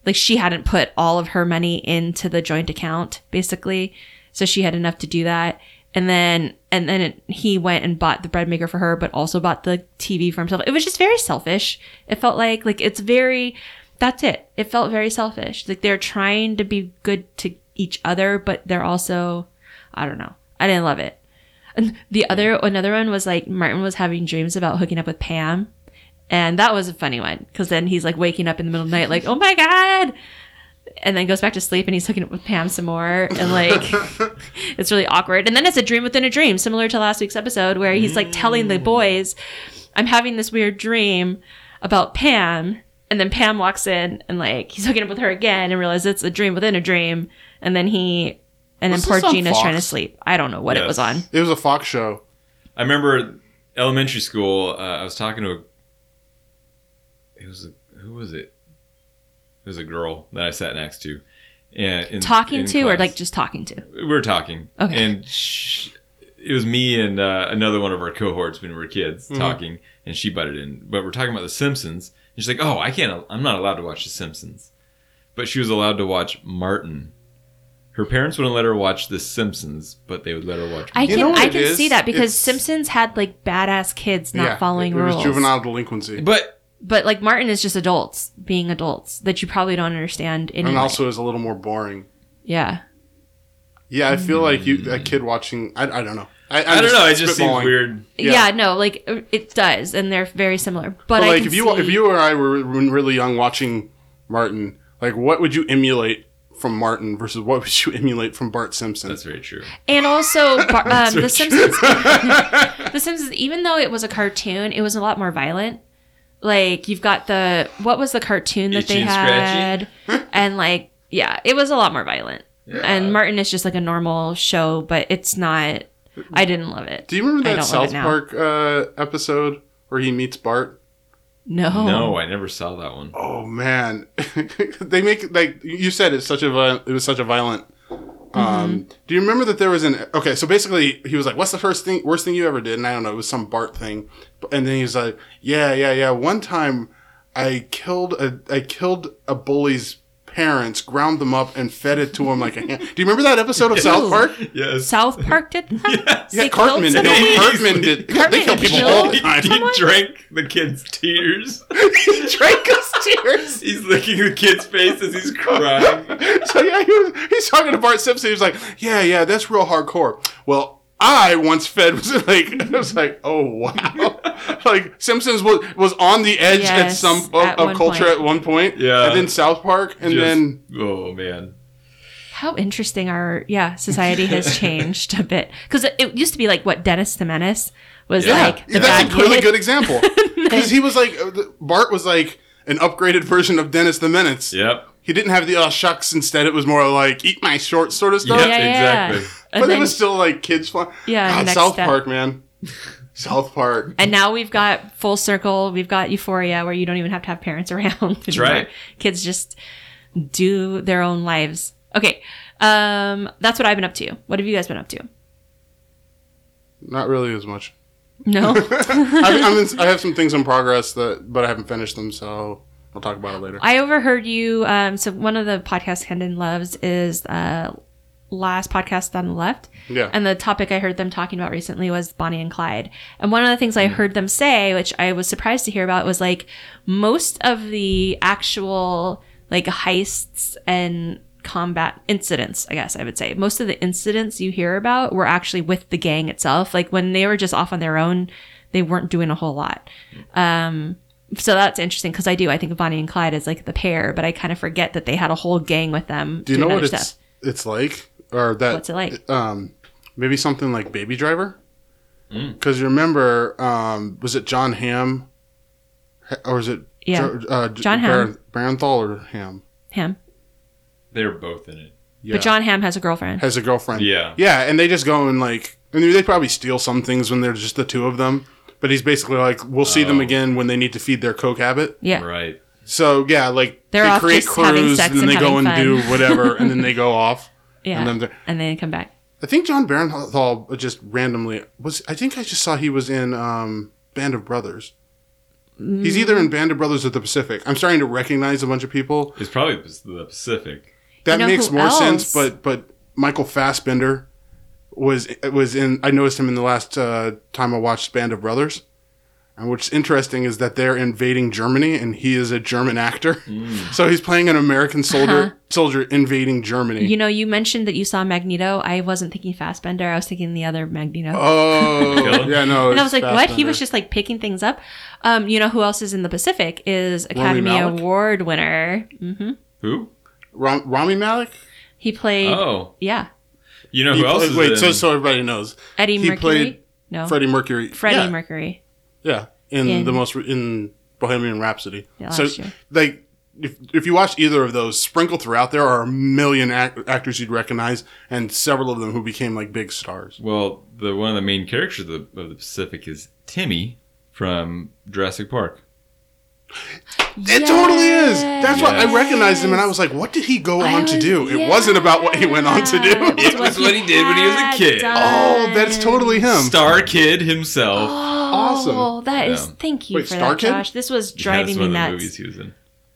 S1: like she hadn't put all of her money into the joint account basically so she had enough to do that and then and then it, he went and bought the bread maker for her but also bought the tv for himself it was just very selfish it felt like like it's very that's it it felt very selfish like they're trying to be good to each other but they're also i don't know i didn't love it and the other another one was like martin was having dreams about hooking up with pam and that was a funny one because then he's like waking up in the middle of the night, like, oh my God. And then goes back to sleep and he's hooking up with Pam some more. And like, it's really awkward. And then it's a dream within a dream, similar to last week's episode where he's like telling the boys, I'm having this weird dream about Pam. And then Pam walks in and like, he's hooking up with her again and realizes it's a dream within a dream. And then he, and
S3: Was
S1: then
S3: this
S1: poor
S3: on
S1: Gina's trying to
S3: Fox?
S1: sleep. I don't know what it was
S4: Yes.
S1: on.
S3: It was a Fox show.
S4: I remember elementary school. Uh, I was talking to a. It was a, who was it? It was a girl that I sat next to, and in,
S1: Talking
S4: in
S1: to or
S4: class.
S1: like just talking to?
S4: we were talking.
S1: Okay.
S4: And sh it was me and uh, another one of our cohorts when we were kids talking, and she butted in. But we're talking about The Simpsons. And she's like, "Oh, I can't. I'm not allowed to watch The Simpsons." But she was allowed to watch Martin. Her parents wouldn't let her watch The Simpsons, but they would let her watch.
S1: I
S4: Martin.
S3: You
S1: can
S3: know what
S1: I
S3: it
S1: can
S3: is?
S1: see that because
S3: It's-
S1: Simpsons had like badass kids not following
S3: it, it
S1: rules.
S3: was juvenile delinquency.
S4: But
S1: But like Martin is just adults being adults that you probably don't understand anyway.
S3: And also is a little more boring.
S1: yeah.
S3: Yeah, I feel like you a kid watching. I, I don't know. I,
S4: Hmm. I don't know. It just seems weird.
S1: yeah,
S3: Yeah.
S1: no, like it does, and they're very similar. But,
S3: But
S1: I
S3: like,
S1: can
S3: if you
S1: see,
S3: if you or I were when really young watching Martin, like, what would you emulate from Martin versus what would you emulate from Bart Simpson?
S4: That's very true.
S1: and also Bar- um, the Simpsons, the Simpsons, even though it was a cartoon, it was a lot more violent. Like you've got the what was the cartoon that
S4: Itchy
S1: they
S4: and scratchy?
S1: had, and like yeah, it was a lot more violent. And Martin is just like a normal show, but it's not. I didn't love it.
S3: Do you remember
S1: I
S3: that
S1: don't love it
S3: South
S1: now.
S3: Park uh, episode where he meets Bart?
S1: No,
S4: No, I never saw that one.
S3: Oh man, they make like you said it's such a vi- it was such a violent.
S1: Mm-hmm.
S3: Um, do you remember that there was an okay? So basically, he was like, "What's the first thing, worst thing you ever did?" And I don't know, it was some Bart thing. But- And then he's like, "Yeah, yeah, yeah. One time, I killed a I killed a bully's parents, ground them up, and fed it to him like a ham." Do you remember that episode of South Park?
S4: Yes.
S1: South Park did that.
S3: Yeah,
S1: They
S3: Cartman.
S1: killed
S3: Did.
S1: somebody?
S3: Cartman did. they kill
S1: Cartman
S3: people all
S1: killed?
S3: the time.
S4: He, he drank the kid's tears.
S3: He drank his tears.
S4: He's licking the kid's face as he's crying.
S3: so yeah, he was, he's talking to Bart Simpson. He's like, yeah, yeah, that's real hardcore. Well, I once fed was like, I was like, oh wow, like Simpsons was was on the edge at
S1: Yes,
S3: some of,
S1: at
S3: of
S1: one
S3: culture
S1: point.
S3: at one point.
S4: Yeah.
S3: and then South Park, and
S4: Just-
S3: then
S4: oh man,
S1: How interesting our yeah society has changed a bit because it, it used to be like what Dennis the Menace was
S4: Yeah.
S1: like the
S3: Yeah,
S1: bad
S3: that's a really
S1: kid.
S3: good example because he was like uh, the- Bart was like an upgraded version of Dennis the Menace.
S4: yep,
S3: He didn't have the oh shucks. Instead, it was more like eat my shorts sort of stuff.
S1: yeah,
S4: Yep,
S1: yeah,
S4: exactly.
S1: yeah.
S3: but
S1: And,
S3: it
S1: then,
S3: was still like kids fun.
S1: Yeah,
S3: God,
S1: next
S3: South
S1: step.
S3: Park, man. South Park.
S1: and now we've got full circle. We've got Euphoria where you don't even have to have parents around. That's
S4: right.
S1: Kids just do their own lives. Okay, um, that's what I've been up to. What have you guys been up to?
S3: Not really as much.
S1: No,
S3: I, I'm in, I have some things in progress that, but I haven't finished them, so I'll talk about it later.
S1: I overheard you. Um, so one of the podcasts Hendon loves is uh, last podcast on the left.
S3: Yeah.
S1: And the topic I heard them talking about recently was Bonnie and Clyde. And one of the things I
S3: Mm-hmm.
S1: heard them say, which I was surprised to hear about, was like most of the actual like heists and combat incidents, I guess I would say, most of the incidents you hear about were actually with the gang itself. Like when they were just off on their own, they weren't doing a whole lot. Um, so that's interesting because I do. I think of Bonnie and Clyde as like the pair, but I kind of forget that they had a whole gang with them.
S3: Do you know
S1: doing
S3: what
S1: other
S3: it's uh, it's like, or that
S1: What's it like?
S3: Um, maybe something like Baby Driver.
S4: Mm.
S3: Because remember, um, was it John Hamm, or is it
S1: Yeah.
S3: Jo- uh, J-
S1: John Hamm.
S3: Bar- Barenthal or Ham.
S1: Ham.
S4: They're both in it.
S3: Yeah.
S1: But John Ham has a girlfriend.
S3: has a girlfriend.
S4: Yeah.
S3: Yeah, and they just go and like, I mean, they probably steal some things when they're just the two of them. But he's basically like, we'll see them
S4: Oh.
S3: again when they need to feed their coke habit.
S1: Yeah.
S4: Right.
S3: So yeah, like
S1: They're
S3: they
S1: off
S3: create
S1: just having
S3: crews
S1: sex
S3: and then
S1: and
S3: they go and
S1: having
S3: do
S1: fun.
S3: whatever, and then they go off.
S1: Yeah.
S3: And
S1: And
S3: then
S1: then,
S3: they're-
S1: they come back.
S3: I think John Barenthal just randomly was. I think I just saw he was in um, Band of Brothers. He's either in Band of Brothers or The Pacific. I'm starting to recognize a bunch of people.
S4: It's probably the Pacific.
S3: That
S1: You know
S3: makes
S1: who
S3: more sense,
S1: else?
S3: but but Michael Fassbender was was in. I noticed him in the last uh, time I watched Band of Brothers. And what's interesting is that they're invading Germany, and he is a German actor,
S4: Mm.
S3: so he's playing an American soldier soldier invading Germany.
S1: Uh-huh. You know, you mentioned that you saw Magneto. I wasn't thinking Fassbender. I was thinking the other Magneto.
S3: oh, yeah, no.
S1: and I
S3: it's
S1: was like, what? He
S3: Fassbender.
S1: was just like picking things up. Um, you know who else is in the Pacific is Academy
S3: Malik?
S1: Award winner. hmm
S4: Who?
S3: Ram- Rami Malek.
S1: He played,
S4: Oh,
S1: yeah,
S4: you know
S3: He
S4: who else
S3: played-
S4: is
S3: wait,
S4: in?
S3: so so everybody knows
S1: Eddie
S3: He
S1: Mercury.
S3: played
S1: no,
S3: Freddie Mercury.
S1: Oh. Freddie
S3: yeah,
S1: Mercury.
S3: Yeah, in,
S1: In-
S3: the most in Bohemian Rhapsody.
S1: Yeah,
S3: so
S1: last year.
S3: like, if if you watch either of those, sprinkled throughout there are a million ac- actors you'd recognize, and several of them who became like big stars.
S4: well, the one of the main characters of the, of the Pacific is Timmy from Jurassic Park.
S3: It totally is. That's why I
S4: Yes.
S3: recognized him, and I was like, what did he go
S1: I
S3: on to
S1: was-
S3: do? It
S1: yeah.
S3: wasn't about what he went on to do.
S4: It was what he did when he was a
S1: had
S4: kid.
S3: oh, that's totally him.
S4: Star Kid himself.
S1: Awesome. Oh, that is.
S4: Yeah.
S1: Thank you
S3: Wait,
S1: for
S3: Star
S1: that,
S3: Kid?
S1: Josh. This was
S4: Yeah,
S1: driving
S4: that's one
S1: me
S4: of
S1: nuts.
S4: the movies he was in.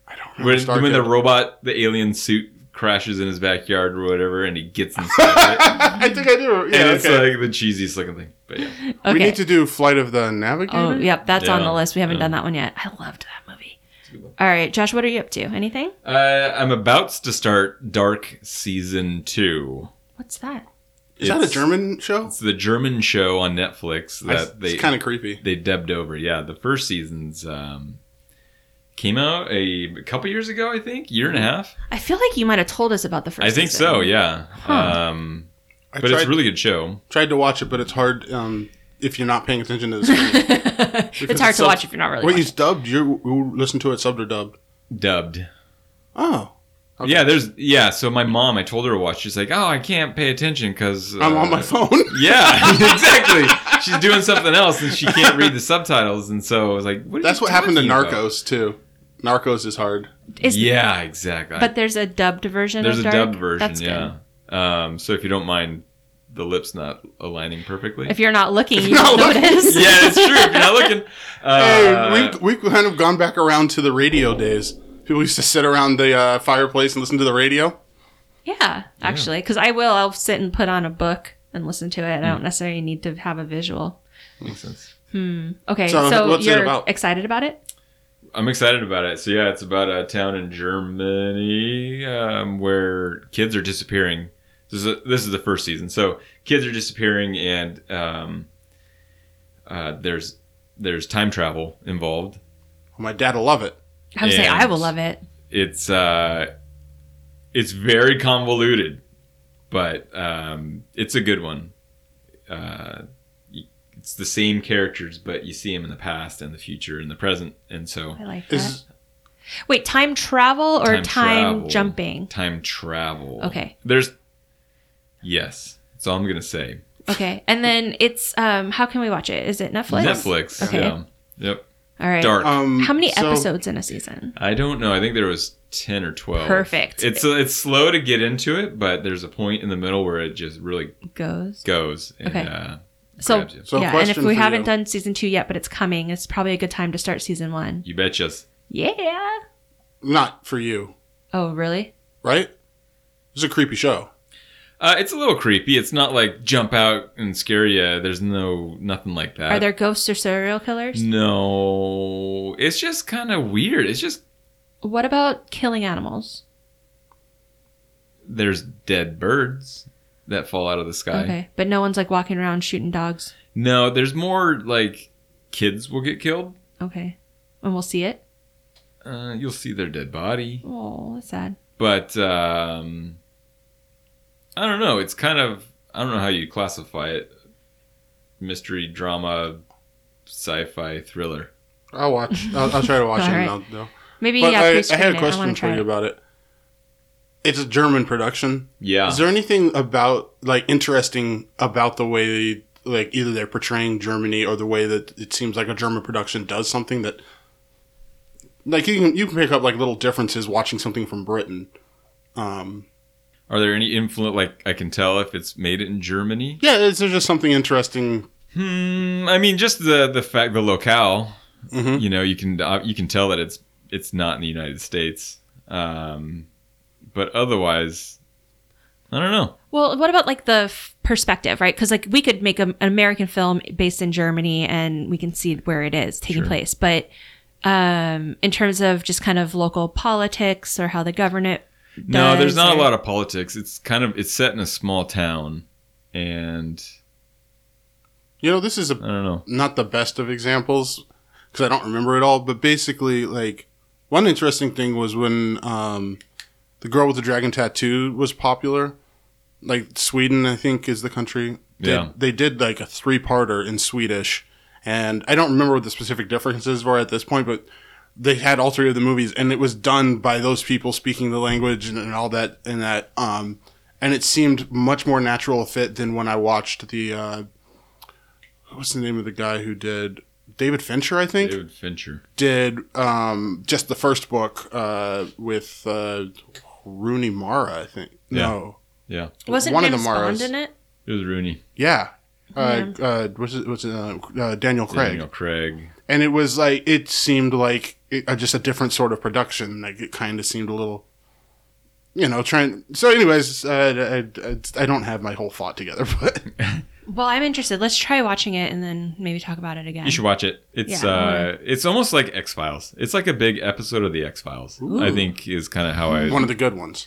S3: I don't
S4: When,
S3: remember.
S4: when the
S3: Stargate.
S4: robot, the alien suit crashes in his backyard or whatever, and he gets inside of it.
S3: I think I do. Yeah,
S4: and it's
S3: okay.
S4: like the cheesiest looking thing. But yeah.
S1: Okay.
S3: We need to do Flight of the Navigator.
S1: oh, yep. That's on
S4: Yeah,
S1: the list. We haven't
S4: yeah.
S1: done that one yet. I loved that movie.
S4: good one.
S1: All right, Josh, what are you up to? Anything?
S4: Uh, I'm about to start Dark Season 2.
S1: What's that?
S3: Is that a
S4: It's-
S3: German show?
S4: It's the German show on Netflix
S3: I-
S4: that they
S3: it's kind of creepy.
S4: they dubbed over. Yeah, the first season's um, came out a couple years ago, I think, year and a half.
S1: I feel like you might have told us about the first
S4: I think
S1: season.
S4: so. Yeah. Um,
S3: I
S4: but it's
S3: tried-
S4: a really good show.
S3: tried to watch it, but it's hard um, if you're not paying attention to the screen.
S1: it's hard to watch if you're not really.
S3: Wait, you
S1: watching.
S3: dubbed? You you listen to it subbed or dubbed?
S4: Dubbed.
S3: Oh, Okay.
S4: Yeah, there's yeah. So my mom, I told her to watch. She's like, "Oh, I can't pay attention because
S3: I'm on
S1: Uh,
S3: my phone.
S4: Yeah, exactly. She's doing something else and she can't read the subtitles, and so I was like, what are
S3: That's
S4: you
S3: what happened to
S4: talking about?
S3: Narcos too. Narcos is hard.
S1: Is-
S4: Yeah, exactly.
S1: But there's a dubbed version.
S4: there's
S1: of
S4: a
S1: Dark?
S4: dubbed version,
S1: That's
S4: yeah. Um, so if you don't mind the lips not aligning perfectly.
S1: Good. If you're not looking, you
S3: not
S1: don't
S3: looking.
S1: notice.
S4: yeah, that's true. If you're not looking. Uh,
S3: hey, we we kind of gone back around to the radio days. People used to sit around the uh, fireplace and listen to the radio.
S1: Yeah, actually, because I will. I'll sit and put on a book and listen to it. I don't necessarily need to have a visual.
S4: Makes sense.
S1: Okay,
S3: So,
S1: so,
S3: what's it
S1: you're
S3: about?
S1: excited about it?
S4: I'm excited about it. So yeah, it's about a town in Germany um, where kids are disappearing. This is this is the first season. So kids are disappearing, and um, uh, there's there's time travel involved.
S3: My dad will love it.
S1: I would say
S4: And-
S1: I will love it.
S4: It's uh, it's very convoluted, but um, it's a good one. Uh, y- it's the same characters, but you see them in the past and the future and the present, and so
S1: I like that.
S3: Is
S1: Wait, time travel or time,
S4: travel.
S1: jumping?
S4: Time travel.
S1: Okay.
S4: There's. Yes. That's all I'm gonna say.
S1: Okay, and then it's um, how can we watch it? Is it Netflix?
S4: Netflix.
S1: Okay.
S4: Yeah. Yep.
S1: All right.
S4: Dark.
S3: um,
S1: How many
S3: so-
S1: episodes in a season?
S4: I don't know. I think there was ten or twelve.
S1: Perfect.
S4: It's uh, it's slow to get into it, but there's a point in the middle where it just really
S1: Goes.
S4: goes and
S1: Okay.
S4: uh,
S1: So-
S4: grabs you.
S3: So
S1: yeah, and
S3: question
S1: if we
S3: for
S1: haven't
S3: you.
S1: done season two yet, but it's coming, it's probably a good time to start season one.
S4: You betchas.
S1: Yeah.
S3: Not for you,
S1: Oh, really?
S3: right? It's a creepy show.
S4: Uh, it's a little creepy. It's not like jump out and scare you. There's no nothing like that.
S1: Are there ghosts or serial killers?
S4: No. It's just kind of weird. It's just
S1: What about killing animals?
S4: there's dead birds that fall out of the sky.
S1: Okay, but no one's like walking around shooting dogs.
S4: No, there's more like kids will get killed.
S1: Okay, and we'll see it.
S4: Uh, you'll see their dead body,
S1: Oh, that's sad.
S4: but um, I don't know. It's kind of I don't know how you classify it: mystery, drama, sci-fi, thriller.
S3: I'll watch. I'll, I'll try to watch
S1: All
S3: it.
S1: right.
S3: Now, though.
S1: Maybe
S3: But
S1: yeah.
S3: I, I
S1: pre-screen
S3: had
S1: it.
S3: a
S1: wanna
S3: question for
S1: try
S3: you
S1: it.
S3: about it. It's a German production.
S4: Yeah.
S3: Is there anything about like interesting about the way they like either they're portraying Germany or the way that it seems like a German production does something that like you can you can pick up like little differences watching something from Britain. Um,
S4: Are there any influence? Like, I can tell if it's made it in Germany.
S3: yeah, is there just something interesting?
S4: Hmm. I mean, just the the fact the locale.
S3: Mhm.
S4: You know, you can uh, you can tell that it's it's not in the United States. Um, but otherwise, I don't know.
S1: Well, what about like the f- perspective, right? Because like we could make a, an American film based in Germany and we can see where it is taking
S4: Sure.
S1: place, but um, in terms of just kind of local politics or how the government.
S4: No,
S1: does
S4: there's not
S1: or-
S4: a lot of politics. It's kind of it's set in a small town, and
S3: You know, this is a
S4: I don't know.
S3: not the best of examples because I don't remember it all, but basically, like, one interesting thing was when um, the girl with the dragon tattoo was popular. Like, Sweden, I think, is the country. They,
S4: Yeah.
S3: They did, like, a three parter in Swedish. And I don't remember what the specific differences were at this point, but they had all three of the movies, and it was done by those people speaking the language and, and all that, and that. Um, and it seemed much more natural a fit than when I watched the uh, what's the name of the guy who did David Fincher, I think,
S4: David Fincher.
S3: did um, just the first book uh, with uh, Rooney Mara, I think. No,
S4: Yeah,
S1: Wasn't
S3: one of
S1: James
S3: the Maras.
S1: Bond in it?
S4: it was Rooney.
S3: yeah. Uh, uh, what's it, what's it, uh, uh, Daniel Craig,
S4: Daniel Craig.
S3: and it was like it seemed like it, uh, just a different sort of production. Like it kind of seemed a little, you know, trying. So, anyways, uh, I, I, I don't have my whole thought together, but
S1: Well, I'm interested. Let's try watching it and then maybe talk about it again.
S4: You should watch it. It's
S1: Yeah, I
S4: uh, it's almost like X Files. It's like a big episode of the X Files. I think is kind of how I.
S3: one of the good ones.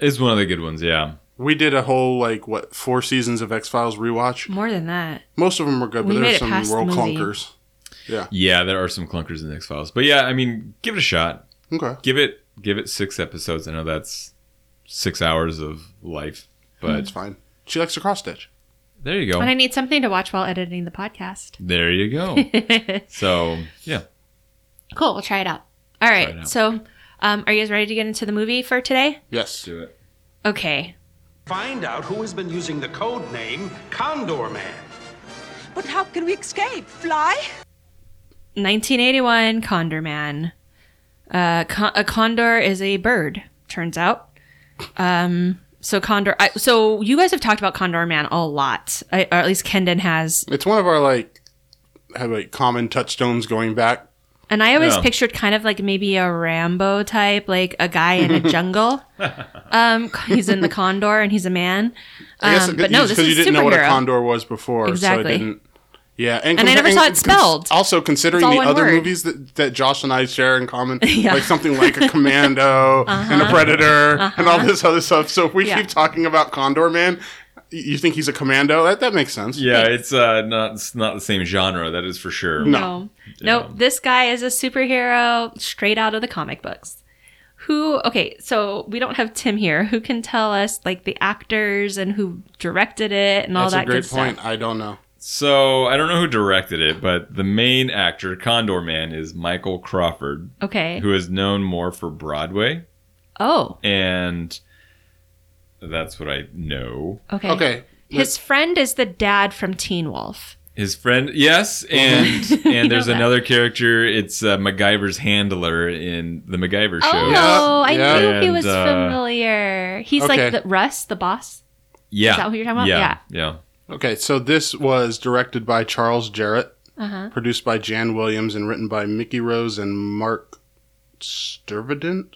S4: it's one of the good ones. Yeah,
S3: We did a whole like what four seasons of X Files rewatch.
S1: More than that.
S3: Most of them were good,
S1: We
S3: but
S1: made
S3: there's
S1: it
S3: some
S1: past the
S3: real
S1: movie.
S3: clunkers.
S4: yeah. There are some clunkers in the X Files, but yeah, I mean, give it a shot.
S3: Okay.
S4: Give it give it six episodes. I know that's six hours of life,
S3: That's
S4: but
S3: fine. She likes to cross stitch.
S4: there you
S1: And Mm-hmm. I
S4: go.
S1: need something to watch while editing the podcast.
S4: There you go. So yeah,
S1: cool. We'll try it out. All right.
S4: it out.
S1: So, um, are you guys ready to get into the movie for today?
S3: Yes.
S4: do it.
S1: Okay.
S5: Find out who has been using the code name Condor Man.
S6: But how can we escape? Fly?
S1: 1981 Condor Man. Uh, con- a condor is a bird, turns out. Um, so condor. I, so you guys have talked about Condor Man a lot, I, or at least Kendon has,
S3: It's one of our like have like common touchstones going back.
S1: and I always
S4: Yeah.
S1: pictured kind of like maybe a Rambo type, like a guy in a jungle. um, he's in the condor and he's a man.
S3: I guess
S1: Um, but no, this
S3: because
S1: is
S3: you didn't
S1: superhero.
S3: know what a condor was before, so
S1: Exactly.
S3: I didn't. Yeah, and,
S1: And I never
S3: considering-
S1: saw it spelled.
S3: Also, considering
S1: all
S3: the
S1: one
S3: other
S1: word.
S3: movies that, that Josh and I share in common,
S1: Yeah. Uh-huh.
S3: like something like a Commando and a Predator and all this other stuff. So if we
S1: Yeah.
S3: keep talking about Condor Man, y- you think he's a Commando? That that makes sense.
S4: Yeah, it's uh, not it's not the same genre. That is for sure.
S1: No. Nope.
S4: Yeah.
S1: This guy is a superhero straight out of the comic books. Who, okay, so we don't have Tim here. Who can tell us, like, the actors and who directed it and all
S3: That's
S1: that
S3: a great
S1: good
S3: point.
S1: stuff?
S3: I don't know.
S4: So I don't know who directed it, but the main actor, Condor Man, is Michael Crawford,
S1: Okay.
S4: who is known more for Broadway,
S1: oh,
S4: and that's what I know.
S1: okay.
S3: Okay,
S1: His friend is the dad from Teen Wolf.
S4: His friend, yes, and and there's
S1: know that.
S4: another character. It's uh, MacGyver's handler in the MacGyver
S1: Oh,
S4: show.
S3: Yeah.
S1: I
S3: Yeah.
S1: knew he
S4: And,
S1: was
S4: uh,
S1: familiar. He's
S3: okay.
S1: like the, Russ, the boss.
S4: Yeah,
S1: Is that what you're talking about?
S4: Yeah, yeah.
S3: Okay, so this was directed by Charles Jarrett,
S1: Uh huh.
S3: produced by Jan Williams, and written by Mickey Rose and Mark Sturvedant.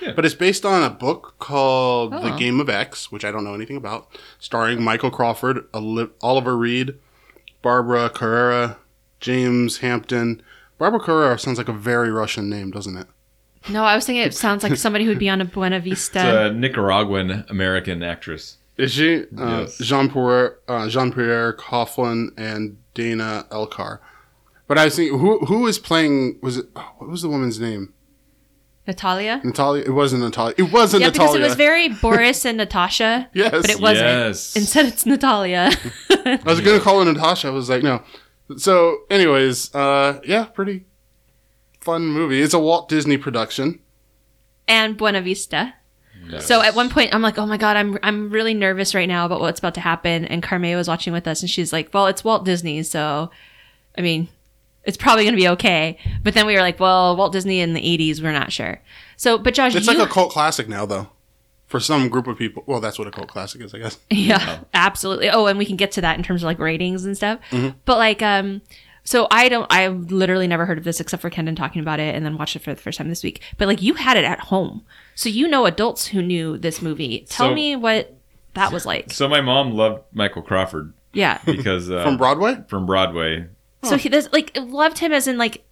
S4: Yeah.
S3: But it's based on a book called The
S1: Oh.
S3: Game of X, which I don't know anything about, starring Michael Crawford, Oli- Oliver Reed, Barbara Carrera, James Hampton. Barbara Carrera sounds like a very Russian name, doesn't it?
S1: No, I was thinking it sounds like somebody who'd be on a Buena
S4: It's
S1: Vista.
S4: a Nicaraguan American actress.
S3: Is she? Uh,
S4: Yes.
S3: Jean Pierre uh, Jean Pierre Coughlin and Dana Elkar. But I was thinking, who who is playing? Was it oh, what was the woman's name?
S1: Natalia?
S3: Natalia. It wasn't Natalia. It wasn't
S1: Yeah,
S3: Natalia.
S1: because it was very Boris and Natasha.
S3: yes,
S1: but it wasn't.
S4: Yes.
S1: Instead, it's Natalia.
S3: I was gonna call her Natasha. I was like, no. So, anyways, uh, yeah, pretty fun movie. It's a Walt Disney production.
S1: and Buena Vista. So at one point, I'm like, "Oh my god, I'm I'm really nervous right now about what's about to happen." And Carme was watching with us, and she's like, "Well, it's Walt Disney, so, I mean, it's probably gonna be okay." But then we were like, "Well, Walt Disney in the '80s, we're not sure." So, but Josh,
S3: It's
S1: you,
S3: like a cult classic now, though, for some group of people. Well, that's what a cult classic is, I guess.
S1: yeah, absolutely. Oh, and we can get to that in terms of like ratings and stuff.
S4: Mm-hmm.
S1: But like, um, so I don't, I've literally never heard of this except for Kendon talking about it, and then watched it for the first time this week. But like, you had it at home, so you know adults who knew this movie. Tell
S4: So-
S1: me what that was like.
S4: So my mom loved Michael Crawford
S1: Yeah.
S4: because uh,
S3: From Broadway?
S4: from Broadway.
S1: So he does like loved him as in like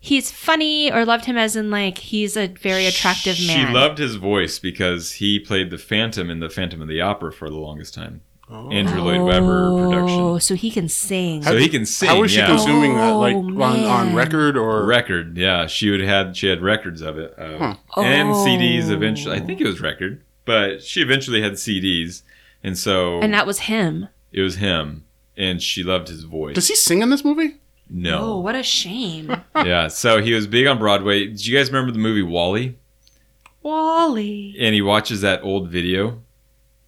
S1: he's funny or loved him as in like he's a very attractive man.
S4: She loved his voice because he played the Phantom in the Phantom of the Opera for the longest time. Andrew Lloyd Webber
S1: Oh,
S4: production.
S1: so he can sing.
S4: So he can sing.
S3: Oh. How was she
S4: yeah.
S3: consuming that? Like
S1: Oh,
S3: on, on
S1: man.
S3: record or
S4: record. Yeah, she would had she had records of it uh, and
S1: Oh.
S4: CDs. Eventually, I think it was record, but she eventually had CDs, and so
S1: and that was him.
S4: it was him, and she loved his voice.
S3: Does he sing in this movie?
S1: Oh,
S4: no,
S1: what a shame.
S4: yeah. So he was big on Broadway. Do you guys remember the movie Wally?
S1: Wally.
S4: And he watches that old video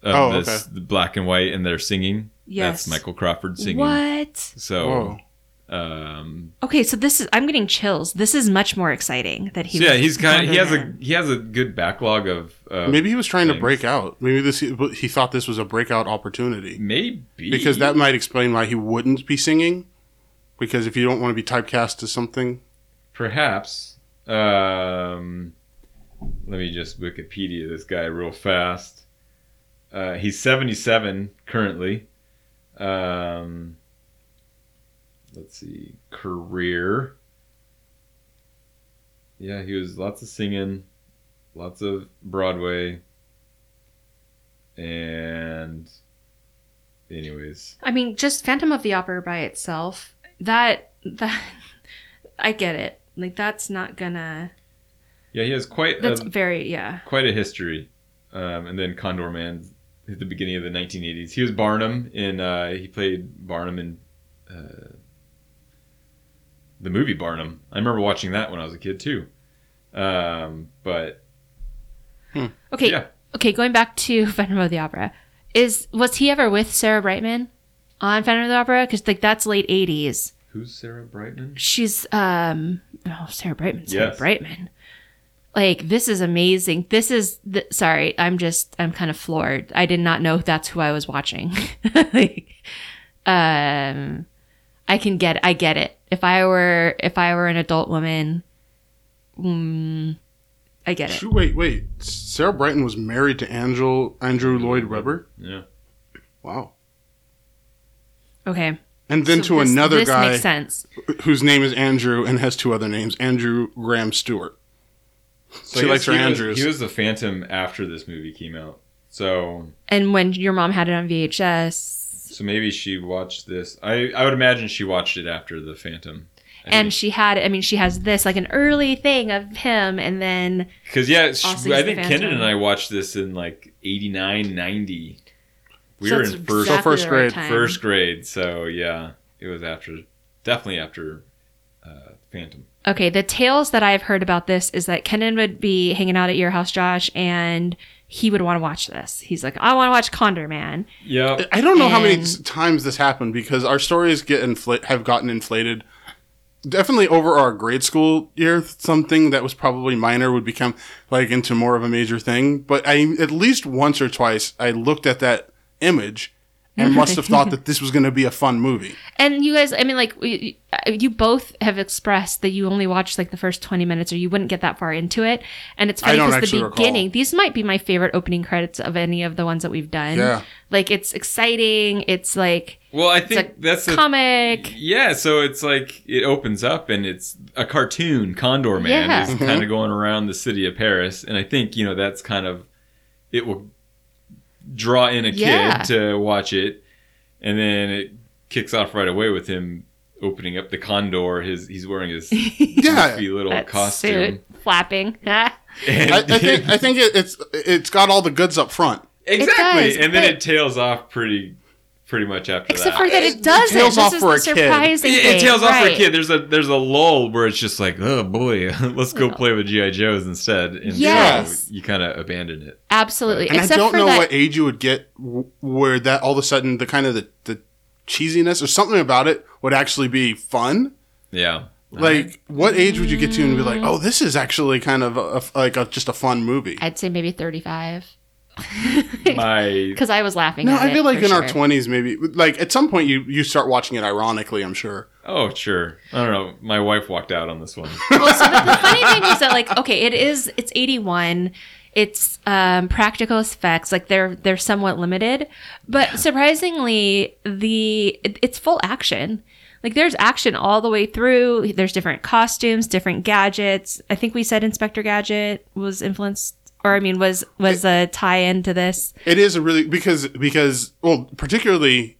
S4: of
S3: Oh,
S4: this the black and white, and they're singing.
S1: Yes.
S4: that's Michael Crawford singing.
S1: What?
S4: So. Um,
S1: Okay, so this is I'm getting chills. This is much more exciting that he
S4: so yeah,
S1: was
S4: he's kind of he has a
S1: Wonderman.
S4: he has a good backlog of uh,
S3: Maybe he was trying to
S4: Thanks.
S3: break out. Maybe this he he thought this was a breakout opportunity
S4: maybe
S3: because that might explain why he wouldn't be singing. Because if you don't want to be typecast to something,
S4: Perhaps. Um, let me just Wikipedia this guy real fast. Uh, he's 77 currently. Um, let's see. Career. Yeah, he was lots of singing, lots of Broadway. And, anyways.
S1: I mean, just Phantom of the Opera by itself, that that I get it. Like that's not gonna
S4: Yeah, he has quite
S1: that's
S4: a
S1: very yeah.
S4: quite a history. Um, and then Condor Man at the beginning of the 1980s. He was Barnum in uh, he played Barnum in uh, the movie Barnum. I remember watching that when I was a kid too. Um, but
S1: Okay,
S4: yeah,
S1: okay, going back to Phantom of the Opera, is was he ever with Sarah Brightman on Phantom of the Opera? Because like that's late eighties.
S4: who's Sarah Brightman?
S1: She's um oh Sarah Brightman, Sarah
S4: Yes.
S1: Brightman. Like this is amazing. This is the, sorry, I'm just I'm kind of floored. I did not know that's who I was watching. like, um, I can get I get it. If I were if I were an adult woman, mm, I get it.
S3: Shoot, wait, wait. Sarah Brighton was married to Andrew Andrew Lloyd Webber.
S4: Yeah,
S3: Wow,
S1: Okay,
S3: and then
S1: So
S3: to
S1: this-
S3: another
S1: this
S3: guy
S1: makes sense.
S3: whose name is Andrew and has two other names, Andrew Graham Stewart.
S4: so
S3: she
S4: I
S3: likes
S4: guess
S3: her
S4: he was-
S3: Andrews.
S4: He was the Phantom after this movie came out. So
S1: And when your mom had it on VHS,
S4: so maybe she watched this. I I would imagine she watched it after the Phantom.
S1: and she had, I mean, she has this like an early thing of him, and then
S4: Because, yeah, sh
S1: Also,
S4: I
S1: he's the
S4: think
S1: Phantom.
S4: Kenan and I watched this in like 89, 90. We
S1: so
S4: were
S1: it's
S4: in first
S1: exactly
S3: first
S1: the
S3: grade,
S1: time.
S4: first grade, so yeah, it was after definitely after uh, Phantom.
S1: Okay, the tales that I've heard about this is that Kenan would be hanging out at your house, Josh, and he would want to watch this. He's like, I want to watch Condor Man.
S4: Yeah,
S3: I don't know how many
S1: And-
S3: s- times this happened because our stories get infl- have gotten inflated. Definitely over our grade school year, something that was probably minor would become like into more of a major thing. But I at least once or twice I looked at that image and must have thought that this was going to be a fun movie.
S1: And you guys, I mean, like, you, uh, you both have expressed that you only watched like the first 20 minutes or you wouldn't get that far into it. And it's
S3: I
S1: funny
S3: don't
S1: because
S3: actually
S1: the
S3: recall.
S1: beginning, these might be my favorite opening credits of any of the ones that we've done.
S3: Yeah.
S1: Like, it's exciting. It's like,
S4: well, I
S1: it's
S4: think
S1: a
S4: that's the-
S1: comic.
S4: yeah, so it's like it opens up and it's a cartoon. Condor Man
S1: Yeah. Mm-hmm.
S4: is kind of going around the city of Paris, and I think you know that's kind of it will draw in a kid
S1: Yeah.
S4: to watch it, and then it kicks off right away with him opening up the condor. His he's wearing his
S3: Yeah.
S4: goofy little
S1: that
S4: costume.
S1: suit, flapping.
S4: And
S3: I, I think I think it, it's it's got all the goods up front.
S4: Exactly.
S1: does,
S4: and then
S1: but-
S4: it tails off pretty pretty much after
S1: Except
S4: that.
S1: for that it doesn't.
S3: tails
S1: this
S3: off
S1: is
S3: for
S1: the
S3: a kid.
S1: surprising
S4: it,
S1: thing.
S4: it tails off for a
S1: right.
S4: kid. There's a there's a lull where it's just like, oh boy, let's go play with GI Joes instead. And so
S1: Yes.
S4: you kind of abandon it.
S1: Absolutely.
S3: And
S1: Except
S3: I don't
S1: for
S3: know
S1: that,
S3: what age you would get w- where that all of a sudden the kind of the, the cheesiness or something about it would actually be fun.
S4: Yeah,
S1: Uh-huh.
S3: Like, what age would you get to and be like, oh, this is actually kind of a, like a, just a fun movie?
S1: I'd say maybe 35.
S4: my
S1: Because I was laughing.
S3: No,
S1: at
S3: I
S1: it
S3: feel like
S1: for
S3: in our
S1: sure.
S3: twenties, maybe like at some point you you start watching it ironically. I'm sure.
S4: oh sure, I don't know. My wife walked out on this one.
S1: well, so the, the funny thing is that like okay it is it's 81 it's um, practical effects like they're they're somewhat limited but surprisingly the it- it's full action like there's action all the way through there's different costumes different gadgets i think we said inspector gadget was influenced or i mean was was a tie-in to this
S3: It is a really because because well, particularly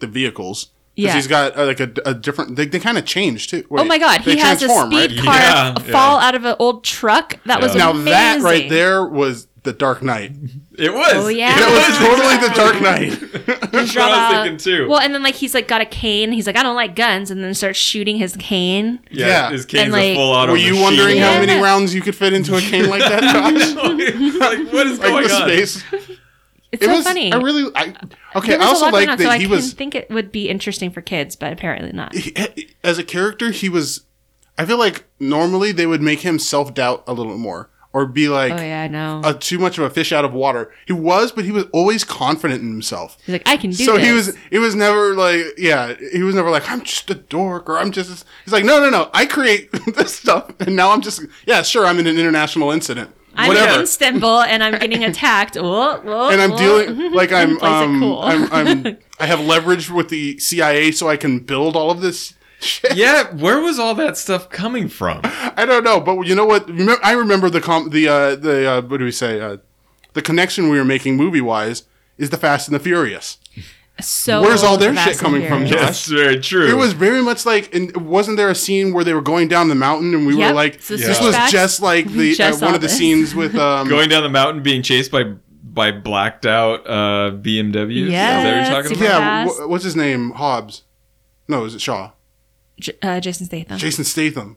S3: the vehicles. 'Cause
S1: Yeah.
S3: he's got uh, like a, a different. They, they kind of change too.
S1: oh my god he has a speed
S4: right?
S1: car
S4: Yeah, yeah.
S1: fall out of an old truck that was
S4: Yeah.
S3: Now
S1: amazing.
S3: that right there was the Dark Knight.
S4: It was.
S1: Oh, yeah.
S4: It
S3: That was
S4: was.
S3: totally the Dark Knight.
S4: That's what I was thinking too.
S1: Well, and then like he's like got a cane. He's like, I don't like guns, and then starts shooting his cane.
S4: yeah,
S3: yeah.
S4: his cane's
S1: And, like-
S4: a full auto.
S3: Were you wondering
S1: Yeah.
S3: how many rounds you could fit into a cane like that,
S4: Oh
S3: Josh?
S4: like what is going
S3: like the
S4: on?
S3: space.
S1: It's
S3: It
S1: so
S3: was.
S1: funny.
S3: I really. I, okay.
S1: There
S3: I
S1: was a
S3: also
S1: lot going
S3: like
S1: on,
S3: that
S1: so I
S3: he
S1: can
S3: was
S1: think it would be interesting for kids, but apparently not.
S3: he- as a character, he was. I feel like normally they would make him self doubt a little more, or be like
S1: Oh yeah, I know.
S3: a, too much of a fish out of water. He was, but he was always confident in himself.
S1: he's like, I can do
S3: so
S1: this.
S3: he was. It was never like, yeah, he was never like, I'm just a dork, or I'm just. He's like, no, no, no. I create this stuff, and now I'm just. Yeah, sure. I'm in an international incident.
S1: I'm
S3: Whatever.
S1: in Istanbul and I'm getting attacked. Whoa, whoa,
S3: and I'm
S1: whoa. Mm-hmm.
S3: dealing like I'm
S1: Plays it
S3: um
S1: cool.
S3: I'm, I'm I have leverage with the CIA so I can build all of this shit.
S4: Yeah, where was all that stuff coming from?
S3: I don't know, but you know what? Remem- I remember the com- the uh, the uh, what do we say? Uh, the connection we were making movie wise is the Fast and the Furious.
S1: So
S3: where's all their
S1: fast
S3: shit coming
S1: and
S3: from,
S1: furious.
S3: Jack?
S4: That's very true.
S3: It was very much like, and wasn't there a scene where they were going down the mountain and we
S1: Yep,
S3: were like,
S1: it's the
S3: this was
S1: switchbacks.
S3: just like the
S1: just
S3: uh, one
S1: saw
S3: of the
S1: this.
S3: scenes with um,
S4: going down the mountain being chased by by blacked out uh BMWs. Is that what
S1: Yes,
S4: you're talking
S1: super
S4: about?
S3: yeah,
S1: fast. Uh-huh.
S3: wh- what's his name? Hobbs? No, is it Shaw?
S1: J- uh, Jason Statham.
S3: Jason Statham.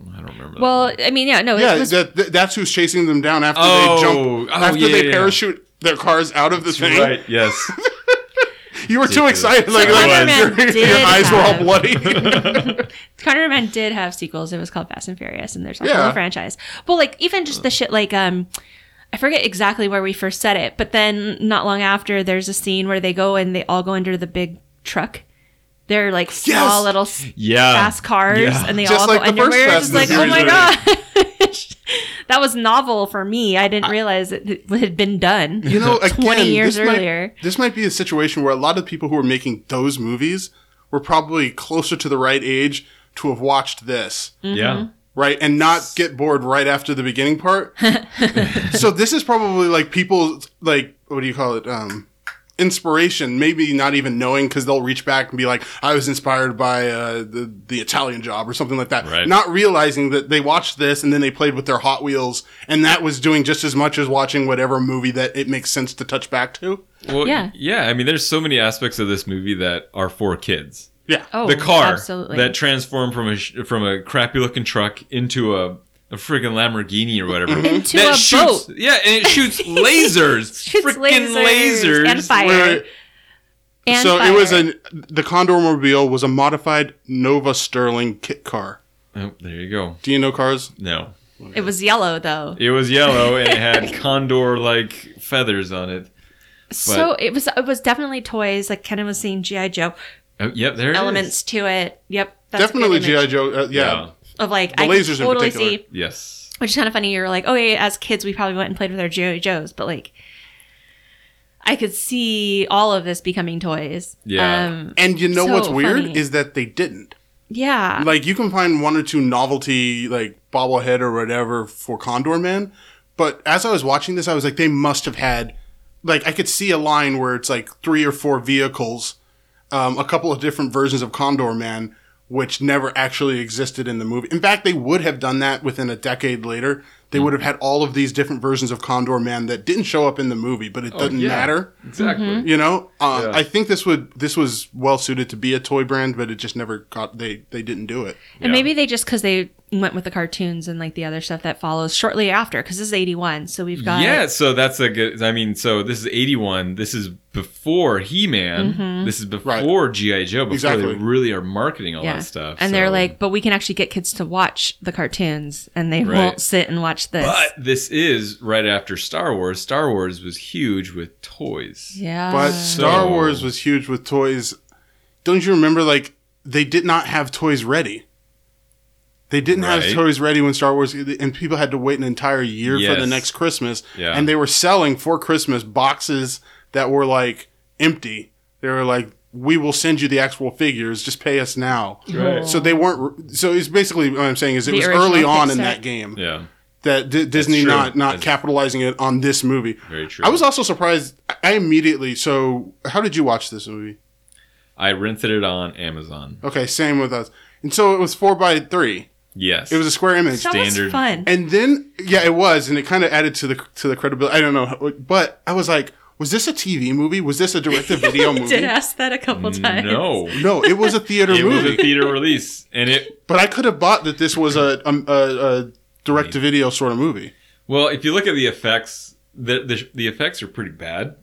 S4: I don't remember. That
S1: well, I mean, yeah, no,
S3: Yeah,
S1: it was
S3: that, that- that's who's chasing them down after
S4: Oh,
S3: they jump,
S4: oh,
S3: after
S4: yeah,
S3: they
S4: yeah.
S3: parachute their cars out of the
S4: That's
S3: thing.
S4: right. Yes.
S3: You were too
S4: Ridiculous.
S3: excited, like,
S1: So
S3: like,
S1: Spider-Man
S3: your,
S1: did
S3: your eyes were
S1: have-
S3: all bloody.
S1: Spider Man did have sequels. It was called Fast and Furious, and there's a
S3: Yeah.
S1: whole franchise. But like even just the shit like um, I forget exactly where we first said it, but then not long after, there's a scene where they go and they all go under the big truck. They're like small
S3: Yes!
S1: little s-
S4: Yeah.
S1: fast cars,
S4: Yeah.
S1: and they
S3: Just
S1: all
S3: like
S1: go
S3: the
S1: under.
S3: first
S1: We're
S3: Fast
S1: just like, oh
S3: and
S1: my
S3: Furious
S1: gosh. That was novel for me. I didn't realize it it had been done.
S3: You know, again,
S1: 20 years
S3: this might-
S1: earlier.
S3: this might be a situation where a lot of people who are making those movies were probably closer to the right age to have watched this,
S4: Yeah.
S3: right? And not get bored right after the beginning part. so this is probably like people's, like, what do you call it? Um, inspiration, maybe not even knowing because they'll reach back and be like, I was inspired by uh, the, the Italian job or something like that.
S4: Right.
S3: Not realizing that they watched this and then they played with their Hot Wheels and that was doing just as much as watching whatever movie that it makes sense to touch back to.
S4: Well,
S1: Mm-hmm. Yeah.
S4: yeah. I mean, there's so many aspects of this movie that are for kids.
S3: Yeah.
S1: Oh,
S4: the car
S1: absolutely.
S4: that transformed from a sh- from a crappy looking truck into a a freaking Lamborghini or whatever.
S1: Into Mm-hmm.
S4: that
S1: a
S4: shoots,
S1: boat.
S4: Yeah, and it shoots lasers.
S1: Shoots
S4: freaking
S1: lasers
S4: lasers.
S1: and fire.
S3: Where-
S1: And
S3: so it was
S1: fire.
S3: an the Condor Mobile was a modified Nova Sterling kit car.
S4: Oh, there you go.
S3: Do you know cars?
S4: No.
S1: it was yellow though.
S4: It was yellow and it had condor like feathers on it.
S1: So it was it was definitely toys. Like Kenan was seeing GI Joe
S4: Oh, yep, there it is.
S1: elements to it. Yep, that's a good
S3: Definitely
S1: image
S3: GI Joe. Uh, yeah.
S4: Yeah.
S1: Of like
S3: The
S1: I
S3: lasers
S1: lasers
S3: in
S1: totally
S3: particular.
S1: see,
S4: Yes.
S1: which is kind of funny. You're like, oh yeah, as kids we probably went and played with our GI Joes, but like I could see all of this becoming toys.
S4: Yeah.
S1: um,
S3: And you know
S1: So
S3: what's weird
S1: funny. Ah.
S3: is that they didn't.
S1: yeah.
S3: Like you can find one or two novelty like bobblehead or whatever for Condor Man, but as I was watching this, I was like, they must have had. Like I could see a line where it's like three or four vehicles, um, a couple of different versions of Condor Man, which never actually existed in the movie. In fact, they would have done that within a decade later.
S4: Hmm.
S3: they would have had all of these different versions of Condor Man that didn't show up in the movie, but it doesn't
S4: Oh, yeah.
S3: matter.
S1: Mm-hmm.
S4: Exactly.
S3: You know, uh,
S4: Yeah.
S3: I think this would this was well suited to be a toy brand, but it just never got they they didn't do it.
S4: Yeah.
S1: And maybe they just because they went with the cartoons and like the other stuff that follows shortly after because this is 81. So we've got.
S4: yeah, so that's a good. I mean, so this is '81. This is before He Man.
S1: Mm-hmm.
S4: This is before GI Joe. Before
S3: Exactly.
S4: they really are marketing all
S1: Yeah.
S4: that stuff.
S1: and they're
S4: so-
S1: like, but we can actually get kids to watch the cartoons and they
S4: Right.
S1: won't sit and watch this.
S4: but this is right after Star Wars. Star Wars was huge with toys.
S1: yeah.
S3: But Star
S4: So-
S3: Wars was huge with toys. Don't you remember? Like they did not have toys ready. They didn't have
S4: Right.
S3: toys ready when Star Wars, and people had to wait an entire year for the
S4: Yes.
S3: next Christmas.
S4: Yeah.
S3: And they were selling for Christmas boxes that were like empty. They were like, "We will send you the actual figures. Just pay us now."
S4: Right.
S3: So they weren't. So it's basically what I'm saying is it
S1: The
S3: was
S1: original
S3: early on in
S1: Kickstarter.
S3: that game
S4: Yeah.
S3: that D- Disney
S4: true.
S3: not not
S4: That's-
S3: capitalizing it on this movie.
S4: Very true.
S3: I was also surprised. I- I immediately. So, how did you watch this movie?
S4: I rented it on Amazon.
S3: Okay, same with us. And so it was four by three.
S4: Yes.
S3: It was a square image.
S1: That was
S4: standard-
S1: fun.
S3: And then, yeah, it was, and it kind of added to the to the credibility. I don't know, how- but I was like, was this a TV movie? Was this a direct-to-video
S1: I did
S3: movie?
S1: ask that a couple times.
S4: Mm, no.
S3: No, it was a theater
S4: It was
S3: movie.
S4: a theater release, and it
S3: but I could have bought that this was a um, a, a direct-to-video sort of movie.
S4: Well, if you look at the effects, the the, the effects are pretty bad.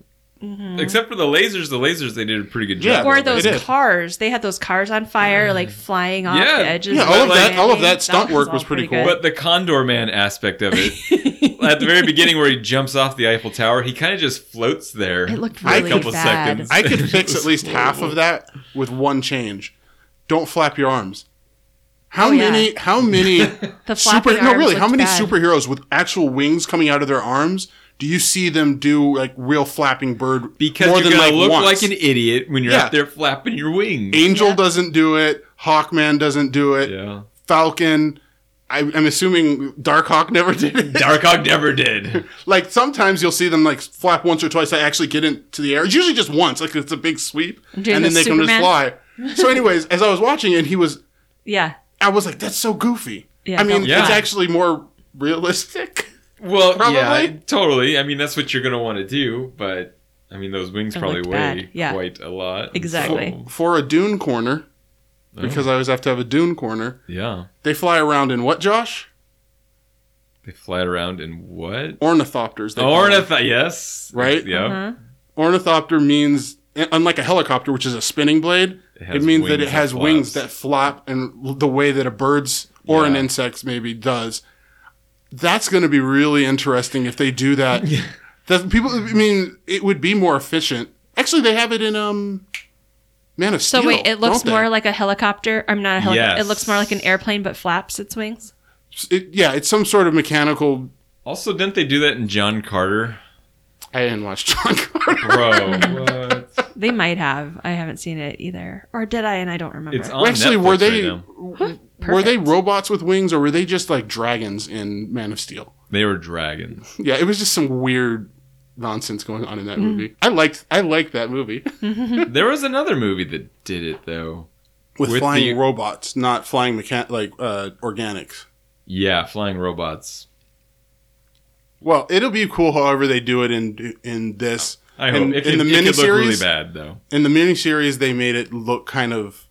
S1: Mm-hmm.
S4: Except for the lasers, the lasers they did a pretty good
S3: Yeah.
S4: job.
S1: Or
S4: of.
S1: those
S3: They did.
S1: cars. They had those cars on fire, like flying off
S4: Yeah.
S1: the edges.
S3: Yeah,
S1: of
S3: all
S1: the
S4: of that-
S1: landing.
S3: all of that stunt work
S1: all
S3: was pretty
S1: good.
S4: but the Condor Man aspect of it, at the very beginning where he jumps off the Eiffel Tower, he kind of just floats there.
S1: It looked
S4: a
S1: really
S4: couple
S1: bad.
S4: seconds.
S3: I could fix
S4: It was
S3: at least half of that with one change. Don't flap your arms. How
S1: Oh, yeah.
S3: many? How many?
S1: The
S3: super,
S1: flapping
S3: no,
S1: arms
S3: really. How
S1: looked
S3: many
S1: bad.
S3: superheroes with actual wings coming out of their arms do you see them do like real flapping bird?
S4: because
S3: more
S4: you're
S3: than
S4: gonna
S3: like
S4: look
S3: once?
S4: like an idiot when you're
S3: Yeah.
S4: out there flapping your wings.
S3: angel doesn't do it. Hawkman doesn't do it.
S4: yeah,
S3: Falcon. I, I'm assuming Darkhawk never did it.
S4: Darkhawk never did.
S3: Like sometimes you'll see them like flap once or twice. I actually get into the air. It's usually just once. Like it's a big sweep,
S1: Doing
S3: and then
S1: the
S3: they
S1: Superman.
S3: come just fly. So, anyways, as I was watching it, he was.
S1: Yeah.
S3: I was like, that's so goofy.
S1: Yeah,
S3: I mean,
S1: that
S4: was
S3: it's
S4: fun.
S3: actually more realistic.
S4: Well, yeah,
S3: Probably.
S4: totally. I mean, that's what you're gonna want to do, but I mean, those wings
S1: It
S4: probably
S1: looked
S4: weigh
S1: bad. Yeah.
S4: quite a lot. and
S1: Exactly.
S4: so- uh,
S3: For a dune corner, because I always have to have a dune corner,
S4: yeah.
S3: they fly around in what, Josh?
S4: They fly around in what? Oh,
S3: Ornithopters. They call them.
S4: Ornith, yes.
S3: Right?
S4: Yeah.
S1: Mm-hmm. Uh-huh.
S3: Ornithopter means, unlike a helicopter, which is a spinning blade,
S4: has
S3: it, means that
S4: wings
S3: it
S4: that
S3: has
S4: flaps.
S3: wings that flap and the way that a bird's or an
S4: Yeah.
S3: insect's maybe does. That's going to be really interesting if they do that. that people, I mean, it would be more efficient. Actually, they have it in um, Man of
S1: So
S3: Steel.
S1: wait, it looks
S3: don't they?
S1: more like a helicopter. I'm not a helicopter.
S4: Yes.
S1: It looks more like an airplane, but flaps its wings.
S3: It, yeah, it's some sort of mechanical.
S4: Also, didn't they do that in John Carter?
S3: I didn't watch John Carter.
S4: Bro, what?
S1: They might have. I haven't seen it either, or did I? And I don't remember.
S4: It's on
S3: Actually,
S4: Netflix
S3: were they-
S4: right now.
S3: Were they
S1: Perfect.
S3: robots with wings, or were they just like dragons in Man of Steel?
S4: They were dragons.
S3: Yeah, it was just some weird nonsense going on in that
S1: Mm-hmm.
S3: movie. I liked I liked that movie
S4: there was another movie that did it though.
S3: with,
S4: With
S3: flying
S4: the-
S3: robots, not flying mechan- like uh, organics.
S4: Yeah, flying robots.
S3: Well, it'll be cool, however they do it in in this.
S4: I
S3: in,
S4: hope it,
S3: in
S4: could,
S3: the
S4: it could look really
S3: miniseries.
S4: bad though.
S3: in the miniseries, they made it look kind of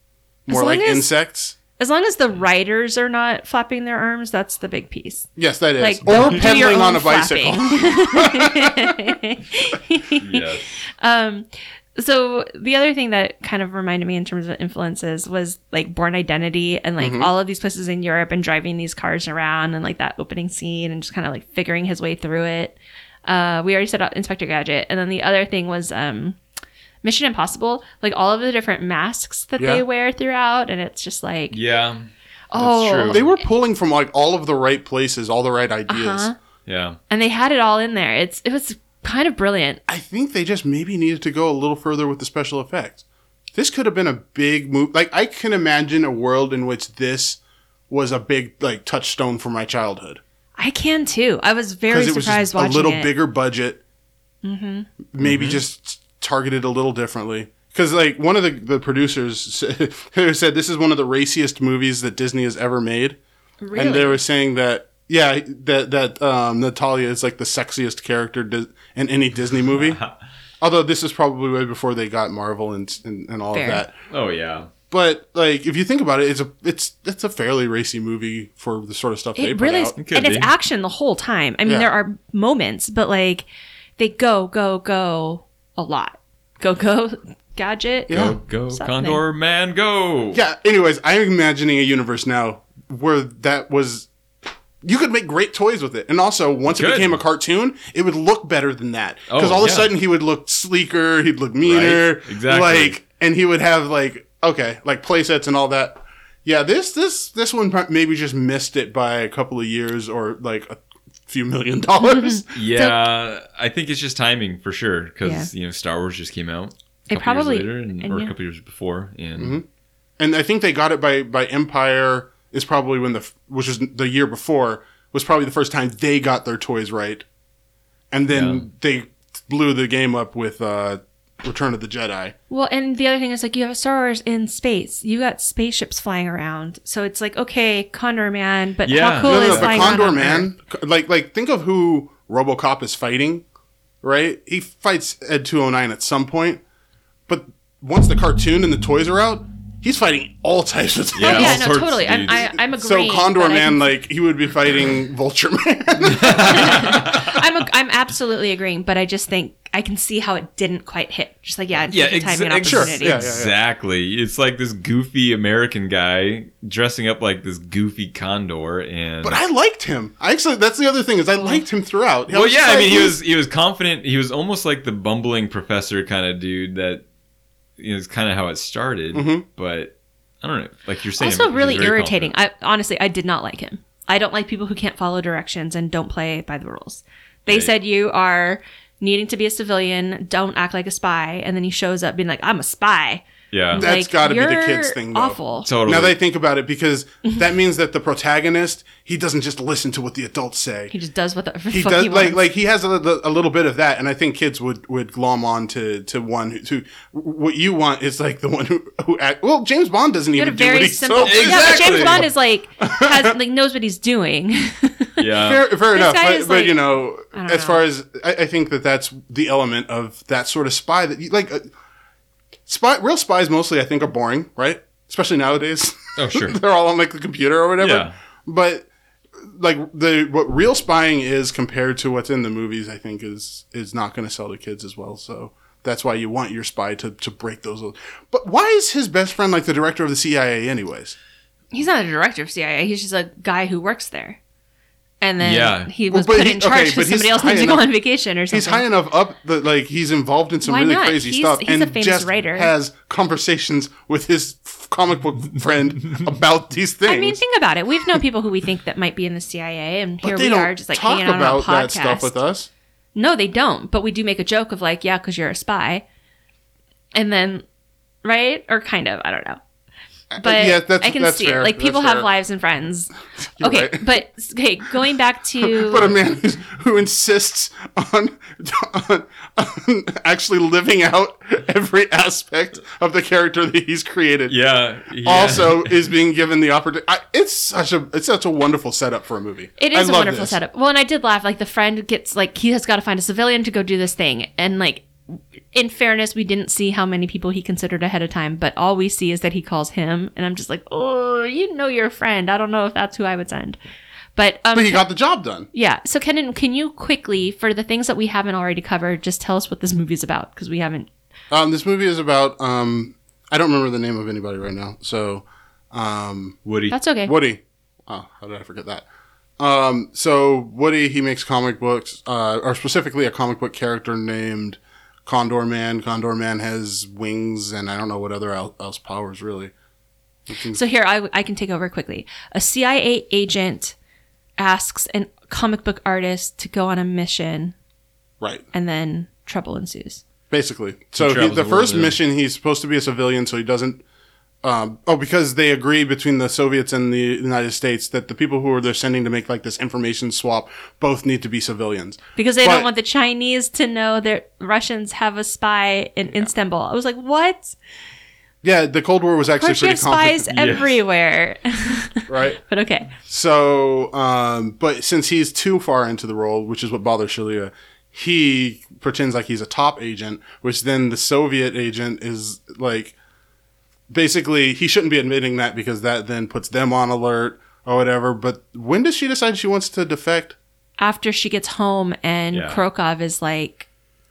S3: more
S1: long
S3: like
S1: as-
S3: insects.
S1: as long as the riders are not flapping their arms, that's the big piece.
S3: Yes, that is.
S1: Like
S3: or
S1: do your
S3: pedaling on
S1: own
S3: a bicycle.
S1: flapping.
S4: Yes.
S1: Um, so the other thing that kind of reminded me in terms of influences was like Born Identity and like
S3: Mm-hmm.
S1: all of these places in Europe and driving these cars around and like that opening scene and just kind of like figuring his way through it. Uh, we already said out Inspector Gadget, and then the other thing was um, Mission Impossible. Like all of the different masks that
S3: Yeah.
S1: they wear throughout, and it's just like
S4: Yeah.
S1: oh,
S4: true.
S3: They were pulling from like all of the right places, all the right ideas.
S1: Uh-huh.
S4: Yeah.
S1: and they had it all in there. It's it was kind of brilliant.
S3: I think they just maybe needed to go a little further with the special effects. This could have been a big move. Like I can imagine a world in which this was a big like touchstone for my childhood
S1: I can too. I was very
S3: because it was just
S1: surprised
S3: a
S1: watching
S3: little
S1: it. Mm-hmm.
S3: bigger budget, maybe just targeted a little differently. Because like one of the, the producers said, said this is one of the raciest movies that Disney has ever made,
S1: really.
S3: and they were saying that Yeah, that that um, Natalia is like the sexiest character dis- in any Disney movie. Although this is probably way before they got Marvel and and, and all
S1: Fair.
S3: of that.
S4: Oh yeah.
S3: But like, if you think about it, it's a it's it's a fairly racy movie for the sort of stuff they
S1: It
S3: put
S1: really, is,
S3: out.
S1: and
S4: could
S1: it's
S4: be.
S1: action the whole time. I mean,
S3: Yeah.
S1: there are moments, but like they go, go, go a lot. Go, go, gadget.
S3: Yeah.
S4: Go go
S1: Something.
S4: Condor Man go.
S3: Yeah. Anyways, I'm imagining a universe now where that was. You could make great toys with it, and also once
S4: Good.
S3: it became a cartoon, it would look better than that. Because
S4: Oh,
S3: all of a
S4: yeah.
S3: sudden he would look sleeker, he'd look meaner,
S4: Right, exactly.
S3: Like, and he would have like okay, like playsets and all that. Yeah, this this this one pro- maybe just missed it by a couple of years or like a few million dollars.
S4: Yeah, I think it's just timing for sure because you know Star Wars just came out. A
S1: It
S4: couple years
S1: probably-
S4: later and,
S1: and
S4: or
S1: yeah.
S4: a couple years before, and
S3: Mm-hmm. and I think they got it by by Empire is probably when the f- which is the year before was probably the first time they got their toys right, and then
S4: Yeah.
S3: they blew the game up with uh, Return of the Jedi.
S1: Well, and the other thing is like you have Star Wars in space. You got spaceships flying around, so it's like okay, Condor Man, but
S4: Yeah.
S1: how cool
S4: No,
S1: is
S3: but
S1: flying
S3: Condor
S1: around on Earth?
S3: Man, like like think of who RoboCop is fighting, right? He fights Ed two hundred nine at some point, but once the cartoon and the toys are out, he's fighting all types of toys.
S1: Oh,
S4: Yeah,
S1: yeah,
S4: all
S1: no,
S4: sorts,
S1: totally. I'm,
S4: dude.
S1: I, I'm
S3: So
S1: agreeing.
S3: Condor
S1: but I
S3: Man,
S1: can-
S3: like he would be fighting Vulture Man.
S1: I'm, a, I'm absolutely agreeing, but I just think I can see how it didn't quite hit. Just like yeah,
S4: Yeah,
S1: yeah,
S4: ex-
S1: timing and
S4: ex- sure.
S1: opportunity.
S3: Yeah, yeah.
S4: Exactly. It's like this goofy American guy dressing up like this goofy condor, and
S3: But I liked him. I actually that's the other thing is I liked him throughout.
S4: well, yeah. I
S3: like,
S4: mean, he was he was confident. He was almost like the bumbling professor kind of dude that is kind of how it started.
S3: Mm-hmm.
S4: But I don't know. Like you're saying,
S1: also
S4: he's
S1: really
S4: very
S1: irritating.
S4: confident.
S1: I honestly I did not like him. I don't like people who can't follow directions and don't play by the rules. They
S4: Right.
S1: said you are needing to be a civilian, don't act like a spy, and then he shows up being like, I'm a spy.
S4: Yeah.
S3: That's
S1: like,
S3: gotta be the
S1: you're
S3: kids thing, though.
S1: Awful.
S4: totally.
S3: Now that I think about it, because that means that the protagonist he doesn't just listen to what the adults say.
S1: he just does what the
S3: He
S1: fuck
S3: does
S1: he wants.
S3: like like he has a, li- a little bit of that, and I think kids would would glom on to to one who, to what you want is like the one who who act, well James Bond doesn't
S1: you had
S3: even
S1: a
S3: do what
S1: very
S3: he's
S1: simple.
S3: told.
S4: Exactly.
S1: Yeah, but James Bond is like has like knows what he's doing.
S4: yeah.
S3: fair, fair enough.
S1: guy
S3: But,
S1: is,
S3: but,
S1: like-
S3: you know,
S1: don't
S3: as
S1: know.
S3: far as I, I think that that's the element of that sort of spy that you, like uh, spy real spies mostly I think are boring, right? Especially nowadays.
S4: Oh, sure.
S3: They're all on like the computer or whatever.
S4: Yeah.
S3: But like the what real spying is compared to what's in the movies, I think is is not going to sell to kids as well. So that's why you want your spy to to break those. little- But why is his best friend like the director of the CIA, anyways?
S1: he's not a director of CIA. He's just a guy who works there. And then
S4: Yeah.
S1: he was
S3: Well, but
S1: put
S3: he-
S1: in charge
S3: okay,
S1: because
S3: but he's
S1: somebody else
S3: high
S1: needs to go
S3: enough-
S1: on vacation or something.
S3: He's high enough up that like he's involved in some
S1: Why
S3: really
S1: not?
S3: crazy
S1: He's-
S3: stuff,
S1: he's
S3: and
S1: a famous
S3: just
S1: writer.
S3: has conversations with his f- comic book friend about these things.
S1: I mean, think about it. We've known people who we think that might be in the CIA, and
S3: but
S1: here
S3: they
S1: we
S3: don't
S1: are just like
S3: talk
S1: hanging out
S3: about
S1: on a
S3: that
S1: podcast.
S3: stuff with us.
S1: No, they don't. But we do make a joke of like, yeah, because you're a spy, and then, right or kind of, I don't know. But
S3: Uh, yeah, that's-
S1: I can
S3: that's
S1: see
S3: fair.
S1: it. Like people
S3: That's
S1: have
S3: fair.
S1: lives and friends. okay,
S3: right.
S1: but okay, going back to
S3: But a man who's, who insists on, on on actually living out every aspect of the character that he's created.
S4: yeah. yeah.
S3: Also, is being given the opportunity. It's such a it's such a wonderful setup for a movie.
S1: It
S3: I
S1: is a
S3: love
S1: wonderful
S3: this.
S1: setup. Well, and I did laugh. Like the friend gets like he has got to find a civilian to go do this thing, and like in fairness, we didn't see how many people he considered ahead of time, but all we see is that he calls him, and I'm just like, oh, you know your friend. I don't know if that's who I would send, but um,
S3: But he got the job done.
S1: yeah. So, Kenan, can you quickly for the things that we haven't already covered, just tell us what this movie's about because we haven't.
S3: Um, this movie is about um, I don't remember the name of anybody right now. So um,
S4: Woody.
S1: That's okay.
S3: Woody. Oh, how did I forget that? Um, so Woody, he makes comic books, uh, or specifically a comic book character named Condor Man. Condor Man has wings, and I don't know what other el- else powers really.
S1: So here, I, I can take over quickly. A CIA agent asks an comic book artist to go on a mission,
S3: Right,
S1: and then trouble ensues.
S3: basically. So he,
S4: travels
S3: the
S4: the world,
S3: first
S4: yeah.
S3: mission, he's supposed to be a civilian, so he doesn't. Um, oh, because they agree between the Soviets and the United States that the people who are they're sending to make like this information swap both need to be civilians.
S1: because they
S3: But-
S1: don't want the Chinese to know that Russians have a spy in, in Istanbul. I was like, what?
S3: Yeah, the Cold War was actually
S1: Course, you
S3: pretty
S1: have spies
S3: complicated,
S4: Yes.
S1: everywhere.
S3: right?
S1: but okay.
S3: So, um, but since he's too far into the role, which is what bothers Shalia, he pretends like he's a top agent, which then the Soviet agent is like, basically, he shouldn't be admitting that because that then puts them on alert or whatever. But when does she decide she wants to defect?
S1: After she gets home and
S4: Yeah.
S1: Krokov is like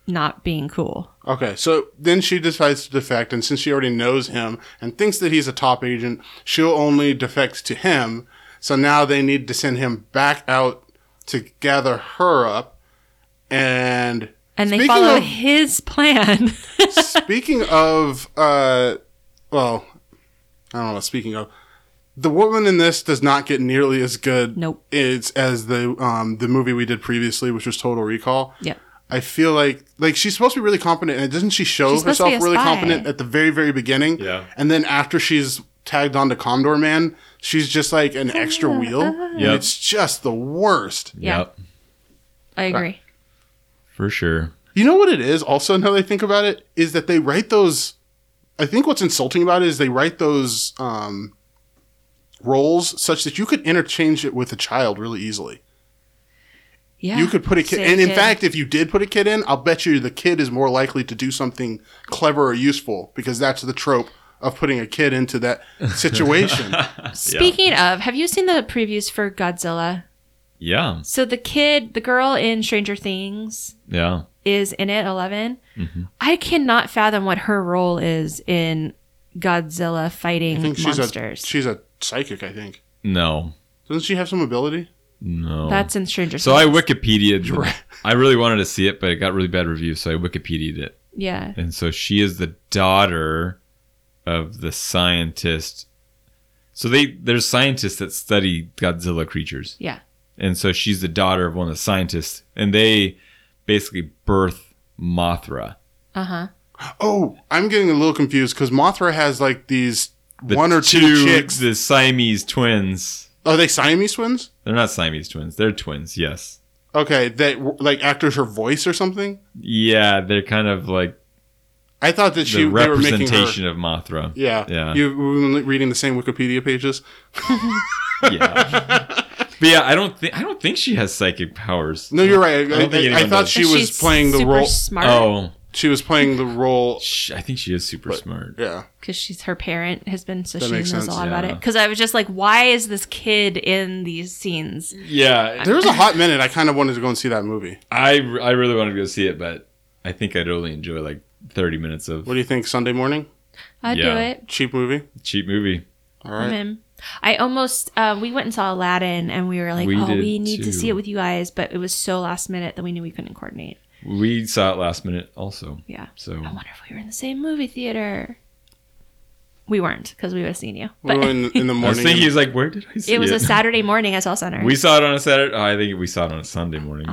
S1: not being cool.
S3: Okay, so then she decides to defect, and since she already knows him and thinks that he's a top agent, she'll only defect to him. So now they need to send him back out to gather her up. And
S1: And they
S3: Speaking
S1: follow
S3: of-
S1: his plan.
S3: speaking of, uh, well, I don't know. Speaking of, the woman in this does not get nearly as good.
S1: Nope.
S3: It's as the um the movie we did previously, which was Total Recall.
S1: yep.
S3: I feel like like she's supposed to be really competent, and doesn't she show
S1: She's supposed to
S3: herself
S1: be a
S3: really
S1: spy.
S3: competent at the very very beginning?
S4: Yeah.
S3: And then after she's tagged on to Condor Man, she's just like an extra
S1: Ah,
S3: wheel. and
S4: Yep.
S3: It's just the worst.
S1: Yeah. I agree.
S4: for sure.
S3: You know what it is? Also, now that I think about it, is that they write those. I think what's insulting about it is they write those um, roles such that you could interchange it with a child really easily.
S1: Yeah.
S3: you could put a kid,
S1: Say
S3: and in
S1: kid.
S3: fact, if you did put a kid in, I'll bet you the kid is more likely to do something clever or useful because that's the trope of putting a kid into that situation.
S1: Speaking of, have you seen the previews for Godzilla?
S4: Yeah,
S1: So the kid, the girl in Stranger Things
S4: yeah.
S1: is in it, 11. I cannot fathom what her role is in Godzilla
S3: I
S1: fighting
S3: think she's a
S1: monsters.
S3: she's a psychic. I think
S4: No,
S3: doesn't she have some ability?
S4: no.
S1: That's in Stranger
S4: so
S1: Things.
S4: I Wikipedia. I really wanted to see it, but it got really bad reviews, so I Wikipedia'd it.
S1: Yeah.
S4: And so she is the daughter of the scientist. So they there's scientists that study Godzilla creatures.
S1: Yeah.
S4: And so she's the daughter of one of the scientists and they basically birth Mothra.
S1: Uh huh.
S3: Oh, I'm getting a little confused because Mothra has like these
S4: The
S3: one or two chicks.
S4: the Siamese twins.
S3: Are they Siamese twins?
S4: They're not Siamese twins. They're twins, yes.
S3: Okay, that w- like actors her voice or something.
S4: Yeah, they're kind of like
S3: I thought that
S4: the
S3: she they were making her.
S4: representation of Mothra.
S3: Yeah,
S4: Yeah.
S3: You've been reading the same Wikipedia pages.
S4: yeah. but yeah, I don't think I don't think she has psychic powers.
S3: No, you're right. I,
S4: I don't think
S3: I, I
S4: anyone
S3: thought
S4: does.
S3: she was playing the
S1: super
S3: role.
S1: smart.
S4: Oh,
S3: She was playing the role.
S4: sh- I think she is super smart.
S3: Yeah.
S1: because she's her parent has been so
S3: That
S1: she
S3: makes
S1: knows a
S3: sense,
S1: lot about
S4: yeah.
S1: it because i was just like why is this kid in these scenes
S4: Yeah,
S3: There was a hot minute I kind of wanted to go and see that movie.
S4: I, I really wanted to go see it, but I think I'd only enjoy like 30 minutes of
S3: What do you think? Sunday morning?
S1: i'd do
S4: Yeah.
S1: it
S3: Cheap movie?
S4: cheap movie.
S3: All
S1: I'm
S3: right.
S1: in. i almost uh, we went and saw aladdin and we were like
S4: We
S1: oh
S4: did
S1: we need
S4: too.
S1: to see it with you guys but it was so last minute that we knew we couldn't coordinate
S4: We saw it last minute also.
S1: yeah
S4: So
S1: i wonder if we were in the same movie theater we weren't because we would have seen you
S3: We
S1: but
S3: were in, in the
S4: I was
S3: morning.
S4: thinking, he was like, where did I see it?
S1: it was a saturday Oh. morning at all center Ah,
S4: We saw it on a Saturday. Oh, I think we saw it on a Sunday morning.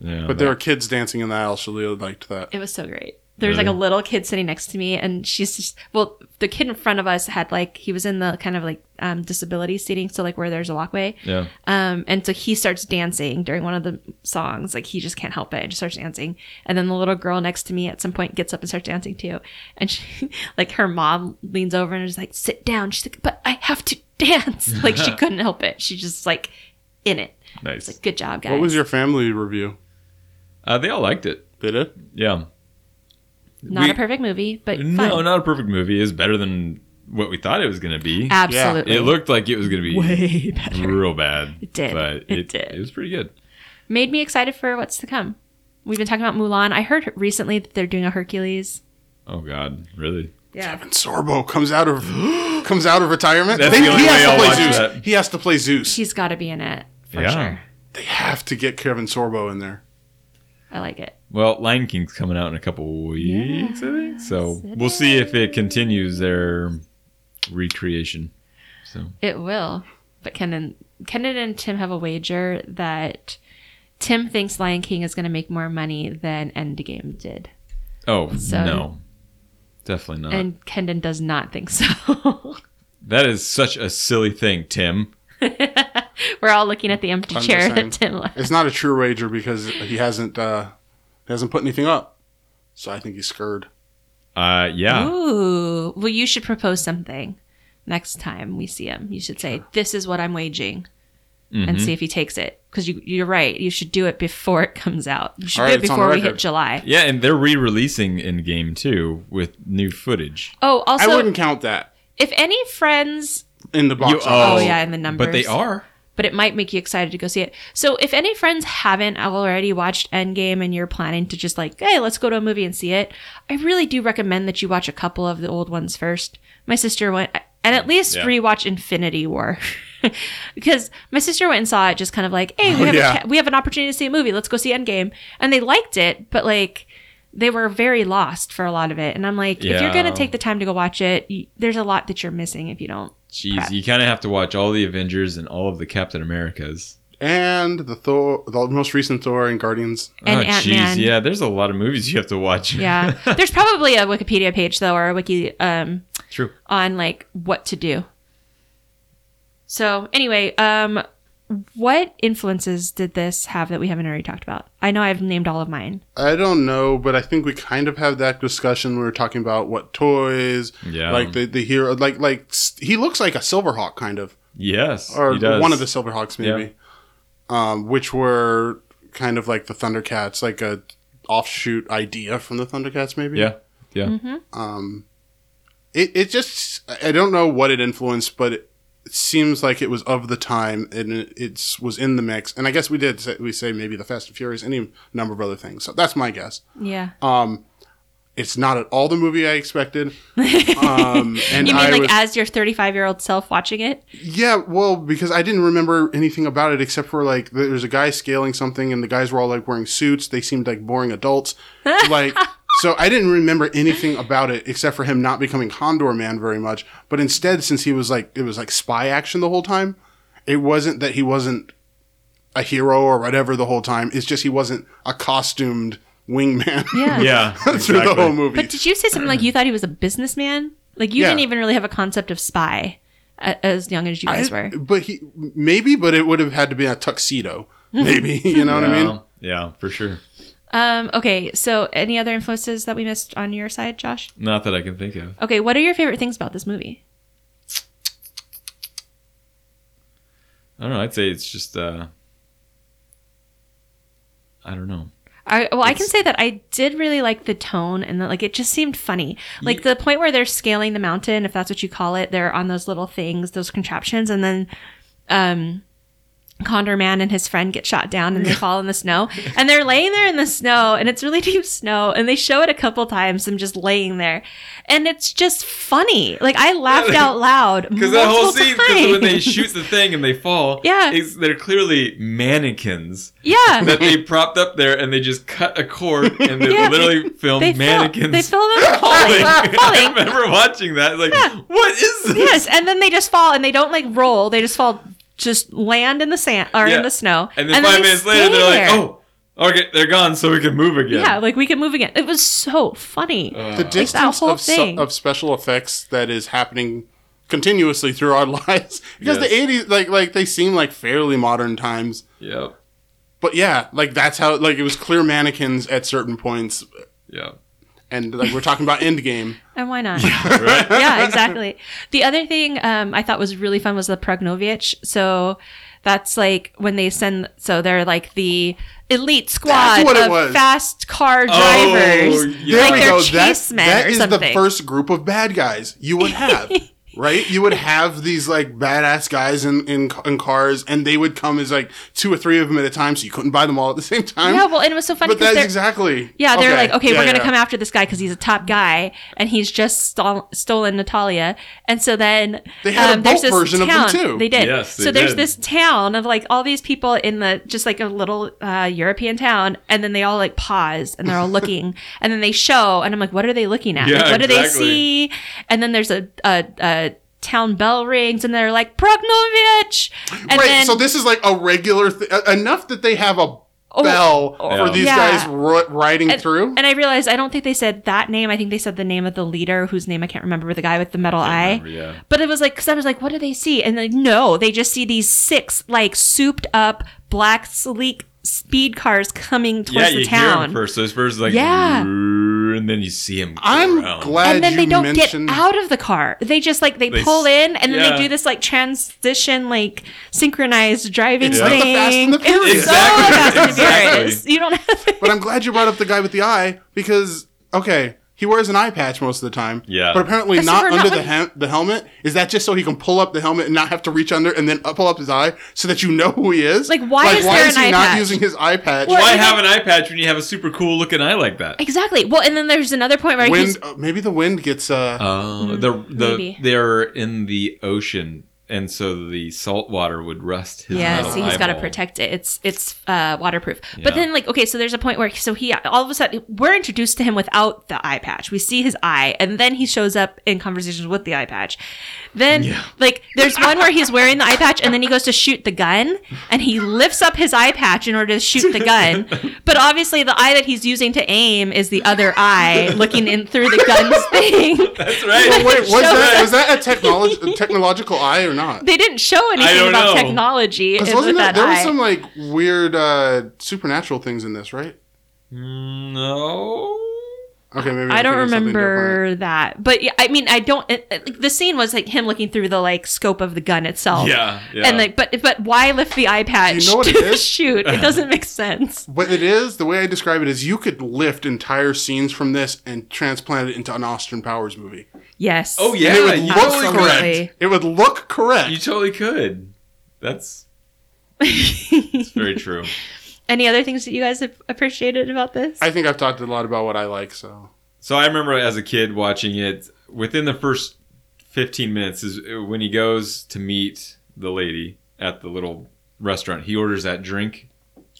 S4: yeah,
S3: but there were kids dancing in the aisle. Shalia liked that.
S1: It was so great. There was like a
S4: Really?
S1: little kid sitting next to me, and she's just well, the kid in front of us had like he was in the kind of like um, disability seating, so like where there's a walkway.
S4: yeah.
S1: Um, and so he starts dancing during one of the songs. Like he just can't help it and just starts dancing. And then the little girl next to me at some point gets up and starts dancing too. And she, like her mom leans over and is like, sit down. She's like, but I have to dance. Like she couldn't help it. She just like in it. It's
S4: Nice.
S1: like, good job, guys.
S3: What was your family review?
S4: Uh, they all liked it.
S3: Did it?
S4: Yeah.
S1: Not
S4: we-
S1: a perfect movie, but
S4: No,
S1: fun.
S4: not a perfect movie. Is better than what we thought it was going to be.
S1: Absolutely.
S4: It looked like it was going to be
S1: way better.
S4: real bad. It
S1: did.
S4: But
S1: It did.
S4: It was pretty good.
S1: made me excited for what's to come. We've been talking about Mulan. I heard recently that they're doing a Hercules.
S4: Oh, God. Really?
S1: Yeah.
S3: And Sorbo comes out of comes out of retirement.
S4: That's the only
S3: he,
S4: way
S3: has
S4: I'll
S3: to
S4: watch
S3: play Zeus.
S4: that.
S3: He has to play Zeus.
S1: He's got to be in it for
S4: Yeah.
S1: sure.
S3: They have to get Kevin Sorbo in there.
S1: I like it.
S4: Well, Lion King's coming out in a couple weeks, I think. So we'll see if it continues their recreation.
S1: It will. But Kenan, Kenan and Tim have a wager that Tim thinks Lion King is going to make more money than Endgame did,
S4: Oh
S1: So-
S4: no, definitely
S3: Uh.
S4: not.
S1: and Kenan does not think so.
S4: that is such a silly thing, Tim.
S1: We're all looking at the empty
S3: I'm just
S1: chair
S3: saying.
S1: that Tim left.
S3: It's not a true wager because he hasn't uh, hasn't put anything up. So I think he's scared.
S4: Uh, yeah.
S1: Ooh. Well, you should propose something next time we see him. You should say, "This is what I'm waging," and
S4: Mm-hmm.
S1: see if he takes it. Because you, you're right. You should do it before it comes out. You should
S3: All
S1: do
S3: right,
S1: it
S3: it's on the
S1: before we hit
S3: record.
S1: July.
S4: Yeah, and they're re-releasing in game too with new footage.
S1: Oh,
S3: I
S1: also,
S3: wouldn't count that
S1: if any friends,
S3: in the box.
S4: You-
S3: office.
S1: oh, yeah, and the numbers,
S4: But they are.
S1: but it might make you excited to go see it. So if any friends haven't already watched Endgame and you're planning to just like, hey, let's go to a movie and see it, I really do recommend that you watch a couple of the old ones first. My sister went and at least
S4: Yeah.
S1: rewatch Infinity War. because my sister went and saw it just kind of like, hey,
S4: Oh,
S1: we have,
S3: yeah.
S1: a cha- we have an opportunity to see a movie. Let's go see Endgame. And they liked it, but like they were very lost for a lot of it. And I'm like, if you're going
S4: Yeah.
S1: to take the time to go watch it, y there's a lot that you're missing if you don't.
S4: Jeez, you kind of have to watch all the Avengers and all of the Captain Americas.
S3: and the Thor, the most recent Thor and Guardians.
S1: And Ant-Man.
S4: Oh, yeah, there's a lot of movies you have to watch.
S1: Yeah. There's probably a Wikipedia page though or a wiki um
S4: True.
S1: on like what to do. So, anyway, um what influences did this have that we haven't already talked about? I know I've named all of mine.
S3: I don't know, but I think we kind of have that discussion. when We were talking about what toys,
S4: Yeah.
S3: like the the hero, like like s- he looks like a Silverhawk kind of,
S4: Yes,
S3: or
S4: he does.
S3: one of the Silverhawks maybe, um, which were kind of like the Thundercats, like a offshoot idea from the Thundercats maybe.
S4: Yeah, yeah.
S3: Um, it it just I don't know what it influenced, but it, it seems like it was of the time and it it's, was in the mix. And I guess we did say, we say maybe the Fast and Furious, any number of other things. So that's my guess.
S1: Yeah.
S3: Um, it's not at all the movie I expected. Um, and
S1: you mean
S3: I
S1: like
S3: was,
S1: as your 35-year-old self watching it?
S3: yeah, well, because I didn't remember anything about it except for like there was a guy scaling something, and the guys were all like wearing suits. They seemed like boring adults. Like, so I didn't remember anything about it except for him not becoming Condor Man very much. But instead, since he was like it was like spy action the whole time, it wasn't that he wasn't a hero or whatever the whole time. It's just he wasn't a costumed wingman
S1: Yeah.
S4: Yeah,
S3: through the whole movie.
S1: But did you say something like you thought he was a businessman? Like you
S3: Yeah.
S1: didn't even really have a concept of spy a- as young as you guys were.
S3: But he maybe, but it would have had to be a tuxedo. Maybe you know what I mean.
S4: Yeah, for sure.
S1: Um okay, so any other influences that we missed on your side, Josh?
S4: Not that I can think of.
S1: Okay, what are your favorite things about this movie?
S4: I don't know. I'd say it's just. uh I don't know.
S1: I, well, I can say that I did really like the tone and the, like it just seemed funny. Like the point where they're scaling the mountain, if that's what you call it, they're on those little things, those contraptions, and then um, Condor Man and his friend get shot down and they fall in the snow. And they're laying there in the snow and it's really deep snow. And they show it a couple times, them just laying there. And it's just funny. Like I laughed out loud.
S4: Because that whole
S1: multiple
S4: scene, because when they
S1: times.
S4: shoot the thing and they fall,
S1: Yeah.
S4: it's, they're clearly mannequins
S1: Yeah.
S4: that they propped up there, and they just cut a cord and they
S1: Yeah,
S4: literally filmed
S1: They film,
S4: mannequins.
S1: they film them falling,
S4: I
S1: falling,
S4: remember watching that. Like, what is this?
S1: yes, and then they just fall and they don't like roll. They just fall, just land in the sand or
S4: Yeah.
S1: in the snow.
S4: And then five
S1: they
S4: minutes later,
S1: stay
S4: they're like,
S1: there.
S4: "Oh, okay, they're gone, so we can move again."
S1: yeah, like we can move again." It was so funny.
S4: Uh,
S3: The distance
S1: whole
S3: of, su-
S1: thing.
S3: of special effects that is happening continuously through our lives because
S4: Yes.
S3: the eighties, like like they seem like fairly modern times.
S4: yep,
S3: But yeah, like that's how like it was clear mannequins at certain points,
S4: yep.
S3: and like we're talking about Endgame.
S1: and why not?
S4: Right?
S1: yeah, exactly. The other thing um, I thought was really fun was the Prognovich. So that's like when they send. So they're like the elite squad
S3: That's what it
S1: of
S3: was.
S1: fast car drivers.
S4: yeah.
S1: Like
S4: There
S1: they're
S4: we
S1: chase men
S3: that
S1: or
S3: is
S1: something.
S3: the first group of bad guys you would have, right? You would have these like badass guys in, in in cars, and they would come as like two or three of them at a time, so you couldn't buy them all at the same time.
S1: yeah, well, and it was so funny
S3: but
S1: because
S3: that's
S1: they're
S3: exactly
S1: Yeah, they're like, okay,
S3: Yeah,
S1: we're gonna
S3: yeah.
S1: come after this guy because he's a top guy and he's just stol- stolen Natalia. And so then um,
S3: They had a boat version of them,
S1: town-
S3: too.
S1: They did.
S4: Yes, they
S1: so there's
S4: did.
S1: this town of like all these people in the just like a little uh, European town, and then they all like pause and they're all looking, and then they show, and I'm like, what are they looking at?
S4: Yeah,
S1: Like, what do they
S4: exactly.
S1: see? And then there's a. a, a Town bell rings and they're like Prognovich, and
S3: right,
S1: then
S3: so this is like a regular th- enough that they have a
S1: Oh,
S3: bell
S4: Yeah.
S3: for these
S1: Yeah.
S3: guys ro- riding
S1: and,
S3: through.
S1: and I realized I don't think they said that name. I think they said the name of the leader, whose name I can't remember, the guy with the metal eye.
S4: remember, yeah.
S1: But it was like, because I was like, what do they see? And like, no, they just see these six like souped up black sleek speed cars coming
S4: Yeah,
S1: towards
S4: you
S1: the
S4: hear
S1: town.
S4: him first. So his first is like,
S1: Yeah.
S4: and then you see him.
S3: I'm
S4: growl.
S3: glad
S1: and then
S3: you
S1: they don't get
S3: mentioned
S1: out of the car. They just like they,
S4: They
S1: pull
S4: s-
S1: in and then
S4: yeah.
S1: they do this like transition, like synchronized driving
S3: It's like the
S1: thing.
S3: Fast and the
S1: It was
S3: Furious.
S1: so Fast and the
S4: Exactly.
S1: Furious. You don't have
S3: But I'm glad you brought up the guy with the eye because okay, he wears an eye patch most of the time.
S4: Yeah.
S3: But apparently
S1: That's
S3: not
S1: for
S3: under
S1: not-
S3: the hem- the helmet. Is that just so he can pull up the helmet and not have to reach under and then up- pull up his eye so that you know who he is?
S1: Like, why is there an
S3: he
S1: eye
S3: not
S1: patch?
S3: using his eye patch?
S1: Well,
S4: Why
S1: and
S4: have
S1: then-
S4: an eye patch when you have a super cool looking eye like that?
S1: exactly. Well, and then there's another point where
S3: wind?
S1: he's
S3: uh, maybe the wind gets. Uh,
S4: Oh, the the
S1: Mm, maybe.
S4: they're in the ocean, and so the salt water would rust his.
S1: yeah,
S4: metal
S1: so he's got to
S4: eyeball.
S1: protect it. It's it's uh, waterproof. But
S4: Yeah.
S1: then like okay, so there's a point where so he all of a sudden we're introduced to him without the eye patch. We see his eye, and then he shows up in conversations with the eye patch. Then like there's one where he's wearing the eye patch, and then he goes to shoot the gun, and he lifts up his eye patch in order to shoot the gun. But obviously, the eye that he's using to aim is the other eye looking in through the gun's thing.
S4: That's right.
S3: wait, was
S1: Show
S3: that
S1: us.
S3: was that a technology technological eye or not?
S1: They didn't show anything
S4: don't
S1: about
S4: know.
S1: technology in-
S3: Because
S1: with
S3: wasn't that,
S1: that
S3: there
S1: eye.
S3: was some like weird uh, supernatural things in this, right?
S4: no.
S3: Okay, maybe
S1: I
S3: I'm
S1: don't
S3: thinking of something different.
S1: remember that, but yeah, I mean, I don't. It, it- like, the scene was like him looking through the like scope of the gun itself.
S4: Yeah, yeah.
S1: Oh. And like, but but why lift the eye patch
S3: You know what it
S1: to
S3: is?
S1: shoot? It doesn't make sense.
S3: What it is, the way I describe it is you could lift entire scenes from this and transplant it into an Austin Powers movie.
S1: Yes.
S4: Oh
S3: And
S4: yeah,
S3: it would
S4: you
S3: look
S4: totally,
S1: Absolutely.
S4: could.
S3: correct. It would look correct.
S4: you totally could. That's it's very true.
S1: Any other things that you guys have appreciated about this?
S3: I think I've talked a lot about what I like, so
S4: So I remember as a kid watching it. Within the first fifteen minutes is uh, when he goes to meet the lady at the little restaurant. He orders that drink.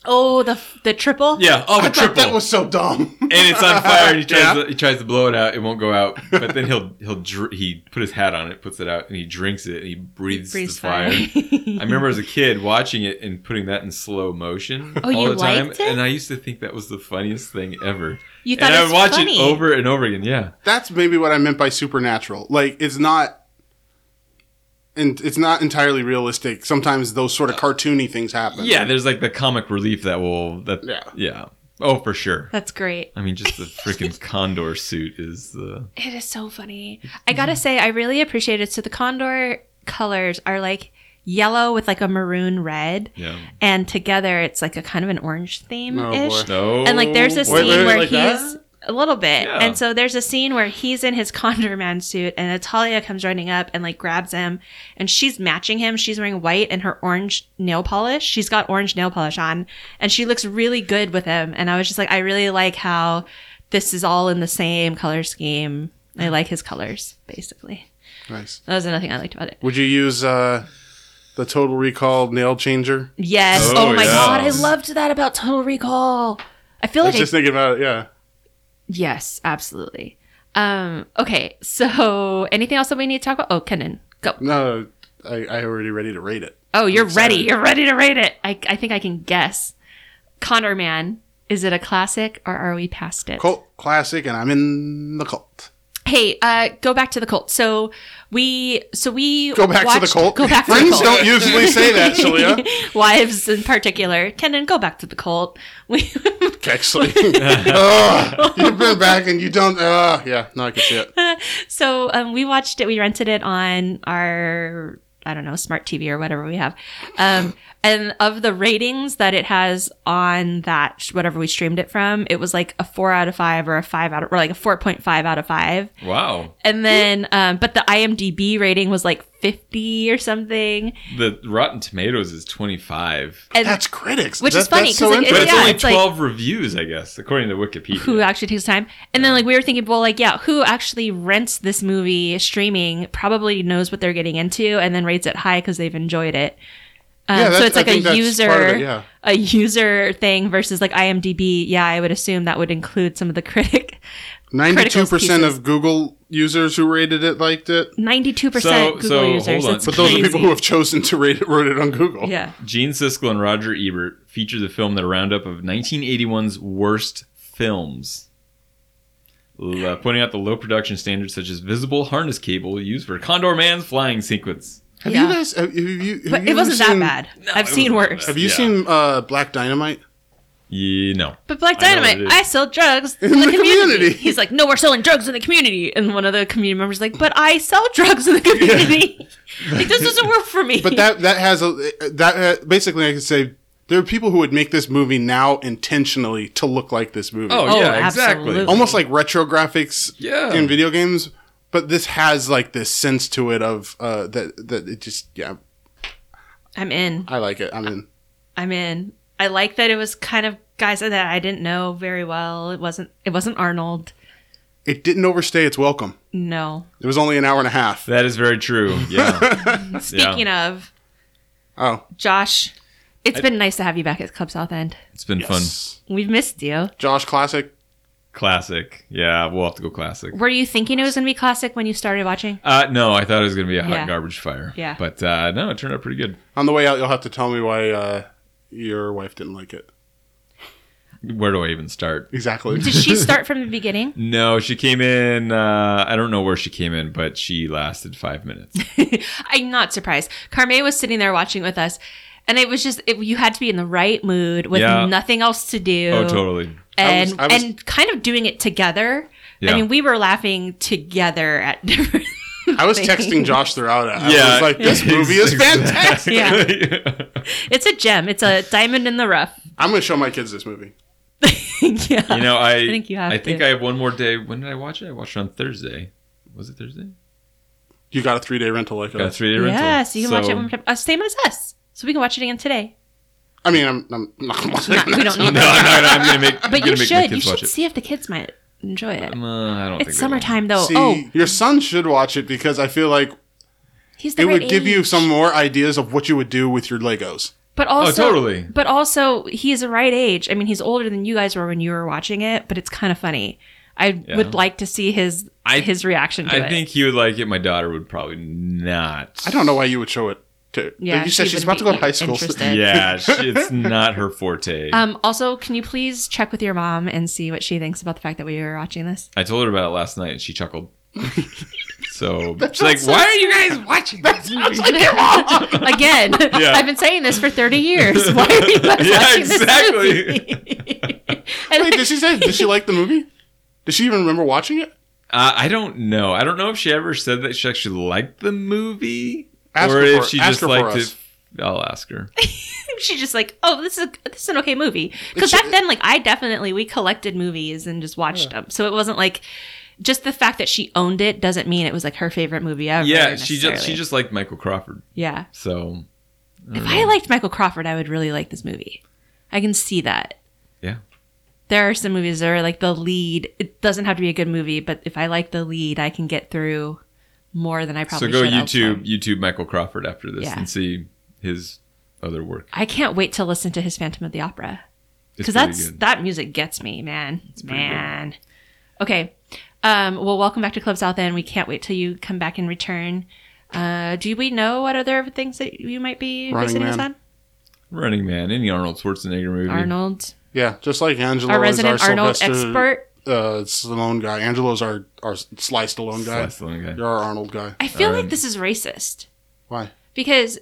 S1: oh, the the triple.
S4: Yeah. Oh,
S3: I thought
S4: the triple.
S3: that was so dumb.
S4: and it's on fire. And he tries
S3: Yeah.
S4: to, he tries to blow it out. It won't go out. But then he'll he'll dr- he put his hat on it, puts it out, and he drinks it. And he breathes,
S1: Breeze
S4: the fire. I remember as a kid watching it and putting that in slow motion
S1: Oh,
S4: all
S1: you
S4: the time,
S1: liked it?
S4: and I used to think that was the funniest thing ever.
S1: you thought
S4: And I
S1: it was
S4: would watch
S1: funny.
S4: it over and over again. Yeah,
S3: That's maybe what I meant by supernatural. Like it's not and it's not entirely realistic. Sometimes those sort of cartoony things happen.
S4: yeah. There's like the comic relief that will that
S3: Yeah.
S4: yeah Oh, for sure.
S1: That's great.
S4: I mean, just the freaking condor suit is the
S1: It is so funny. I gotta say, I really appreciate it. So the condor colors are like yellow with like a maroon red.
S4: yeah.
S1: and together it's like a kind of an orange theme
S3: Oh,
S1: ish.
S3: boy. Oh.
S4: No,
S1: and like there's a
S4: boy.
S1: scene
S3: wait,
S1: where
S3: like that?
S1: he's a little bit,
S4: Yeah.
S1: and so there's a scene where he's in his Condor Man suit, and Natalia comes running up and like grabs him, and she's matching him. She's wearing white and her orange nail polish. She's got orange nail polish on, and she looks really good with him. And I was just like, I really like how this is all in the same color scheme. I like his colors, basically.
S3: Nice.
S1: That was another thing I liked about it.
S3: Would you use uh the total recall nail changer?
S1: Yes.
S4: Oh,
S1: Oh, my
S4: yeah.
S1: god, I loved that about Total Recall. I feel
S3: I
S1: like
S3: was
S1: I
S3: just thinking about it, yeah.
S1: Yes, absolutely. Um, okay, so anything else that we need to talk about? Oh, Kenan, go.
S3: No, I, I already ready to rate it.
S1: Oh, you're ready. You're ready to rate it. I, I think I can guess. Condor Man, is it a classic or are we past it?
S3: Cult classic and I'm in the cult.
S1: Hey, uh, go back to the cult. So we, so we
S3: Go back to the
S1: watched-
S3: cult.
S1: Go back to the
S3: Friends
S1: cult.
S3: don't usually say that, Shalia.
S1: Wives in particular, Kenan, go back to the cult. We
S3: Actually. Ugh, you've been back and you don't uh yeah, no I can see it.
S1: So um, we watched it. We rented it on our I don't know smart TV or whatever we have. Um, and of the ratings that it has on that sh- whatever we streamed it from, it was like a four out of five or a five out of or like a four point five out of five.
S4: wow.
S1: And then, um, but the IMDb rating was like fifty or something.
S4: The Rotten Tomatoes is twenty five.
S1: And
S3: That's critics.
S1: Which
S3: is
S1: is funny, 'cause, like,
S4: But it's
S1: Yeah,
S4: only
S1: it's like-
S4: 12 reviews, I guess, according to Wikipedia.
S1: who actually takes time. And then like we were thinking, well, like yeah, who actually rents this movie streaming probably knows what they're getting into and then rates it high because they've enjoyed it. Um,
S3: Yeah,
S1: so
S3: that's-
S1: it's
S3: I
S1: like a
S3: think that's part of
S1: user,
S3: it, yeah.
S1: a user thing versus like IMDb. Yeah, I would assume that would include some of the critic.
S3: Ninety-two percent
S1: pieces.
S3: of Google users who rated it liked it,
S1: Ninety-two
S4: So-
S1: percent Google
S4: so,
S1: users.
S4: hold on.
S1: That's
S3: but those
S1: crazy.
S3: are people who have chosen to rate it, wrote it on Google.
S1: yeah.
S4: Gene Siskel and Roger Ebert feature the film that a roundup of 1981's worst films, L- uh, pointing out the low production standards such as visible harness cable used for Condor Man's flying sequence.
S3: Have you
S1: Yeah.
S3: guys? Have, have you? Have
S1: But
S3: you
S1: it wasn't
S3: ever seen-
S1: that bad. I've
S4: it
S1: seen
S4: wasn't that
S1: worse.
S4: bad.
S3: Have you
S4: Yeah.
S3: seen uh, Black Dynamite?
S4: You know.
S1: But Black
S4: I know what
S1: Dynamite,
S4: it is.
S1: I, sell drugs in, the,
S3: the
S1: community.
S3: community.
S1: He's like, no, we're selling drugs in the community. And one of the community members is like, but I sell drugs in the community. like, this doesn't work for me.
S3: But that that has a that uh, basically I could say there are people who would make this movie now intentionally to look like this movie.
S4: Oh,
S1: Oh,
S4: yeah, exactly.
S1: absolutely.
S3: almost like retro graphics
S4: Yeah.
S3: in video games, but this has like this sense to it of uh that that it just yeah,
S1: I'm in.
S3: I like it. I mean,
S1: I'm in. I like that it was kind of guys that I didn't know very well. It wasn't. It wasn't Arnold.
S3: it didn't overstay its welcome.
S1: No.
S3: It was only an hour and a half.
S4: That is very true. Yeah.
S1: Speaking of
S3: Oh,
S1: Josh, it's been nice to have you back at Club South End.
S4: It's been fun.
S3: yes.
S1: We've missed you.
S3: Josh classic.
S4: Classic. Yeah, we'll have to go classic.
S1: Were you thinking it was going to be classic when you started watching?
S4: Uh, no, I thought it was going to be a hot
S1: Yeah.
S4: garbage fire.
S1: Yeah.
S4: But uh, no, it turned out pretty good.
S3: On the way out, you'll have to tell me why uh, your wife didn't like it.
S4: Where do I even start?
S3: Exactly.
S1: Did she start from the beginning?
S4: No, she came in. Uh, I don't know where she came in, but she lasted five minutes.
S1: I'm not surprised. Carme was sitting there watching with us, and it was just it, you had to be in the right mood with
S4: Yeah.
S1: nothing else to do.
S4: oh, totally.
S1: And
S3: I was-
S1: and kind of doing it together.
S4: Yeah.
S1: I mean, we were laughing together at different.
S3: I was texting Josh throughout it. I
S4: Yeah,
S3: was like, this movie is fantastic.
S4: Yeah.
S1: It's a gem. It's a diamond in the rough.
S3: I'm going to show my kids this movie.
S1: yeah.
S4: You know, I,
S1: think you have
S4: I think
S1: to.
S4: I have one more day. When did I watch it? I watched it on Thursday. Was it Thursday?
S3: You got a three day rental like uh,
S4: Got a
S3: us.
S4: three day rental.
S1: yeah, so you can watch
S4: So-
S1: it one time. Uh, same as us. So we can watch it again today.
S3: I mean, I'm, I'm not.
S1: Not- we don't need
S4: No,
S1: that.
S4: no, no, I'm gonna make. I'm
S1: But
S4: gonna
S1: you
S4: make my
S1: should. You
S4: kids watch
S1: should see if the kids might enjoy it.
S4: It. Um, uh, I don't think
S1: It's
S4: they
S1: summertime though.
S3: See,
S1: oh,
S3: your son should watch it because I feel like
S1: he's the
S3: it
S1: right
S3: would give you
S1: age.
S3: some more ideas of what you would do with your Legos.
S1: But also,
S4: Oh, totally.
S1: But also, he's the right age. I mean, he's older than you guys were when you were watching it. But it's kind of funny. I would like to see his
S4: I-
S1: his reaction
S4: will.
S1: to it.
S4: I think he would like it. My daughter would probably not.
S3: I don't know why you would show it to. you said
S1: she
S3: she's
S1: would
S3: about to go to
S1: be
S3: high school.
S1: interested.
S4: Yeah, she, it's not her forte.
S1: Um, also, can you please check with your mom and see what she thinks about the fact that we were watching this?
S4: I told her about it last night, and she chuckled. so she's like, "Why are you guys watching this movie?"
S1: Again, I've been saying this for 30 years. Why are you guys
S4: Yeah,
S1: watching
S4: exactly.
S1: this movie? and
S3: Wait, did she say? Did she like the movie? Did she even remember watching it?
S4: Uh, I don't know. I don't know if she ever said that she actually liked the movie,
S3: Ask
S4: or
S3: her
S4: if
S3: for-
S4: she
S3: ask
S4: just
S3: her for
S4: liked
S3: us.
S4: it. I'll ask her.
S1: she's just like, oh, this is this is an okay movie. Because
S3: It's-
S1: back then, like, I definitely we collected movies and just watched them, so it wasn't like just the fact that she owned it doesn't mean it was like her favorite movie ever.
S4: Yeah, she just
S1: necessarily.
S4: she just liked Michael Crawford.
S1: yeah.
S4: So
S1: If I liked Michael Crawford, I would really like this movie. I can see that.
S4: yeah,
S1: There are some movies that are like the lead. It doesn't have to be a good movie, but if I like the lead, I can get through more than I probably.
S4: so go
S1: should
S4: YouTube
S1: elsewhere.
S4: YouTube Michael Crawford after this
S1: Yeah.
S4: and see his other work.
S1: I can't wait to listen to his Phantom of the Opera.
S4: It's
S1: because
S4: pretty
S1: that's
S4: good.
S1: that music gets me, man,
S4: pretty good.
S1: man. Okay, um, well, welcome back to Club South End. We can't wait till you come back and return. Uh, do we know what other things that you might be
S3: Running
S1: visiting us
S3: Man.
S1: on?
S4: Running Man, any Arnold Schwarzenegger movie.
S1: Arnold,
S3: Yeah, just like Angelo
S1: our
S3: is our
S1: resident Arnold
S3: Sylvester,
S1: expert.
S3: uh, Stallone guy. Angelo's our our Sly Stallone guy.
S4: Sly Stallone guy.
S3: You're our Arnold guy.
S1: I feel like
S4: Um,
S1: this is racist
S3: Why?
S1: because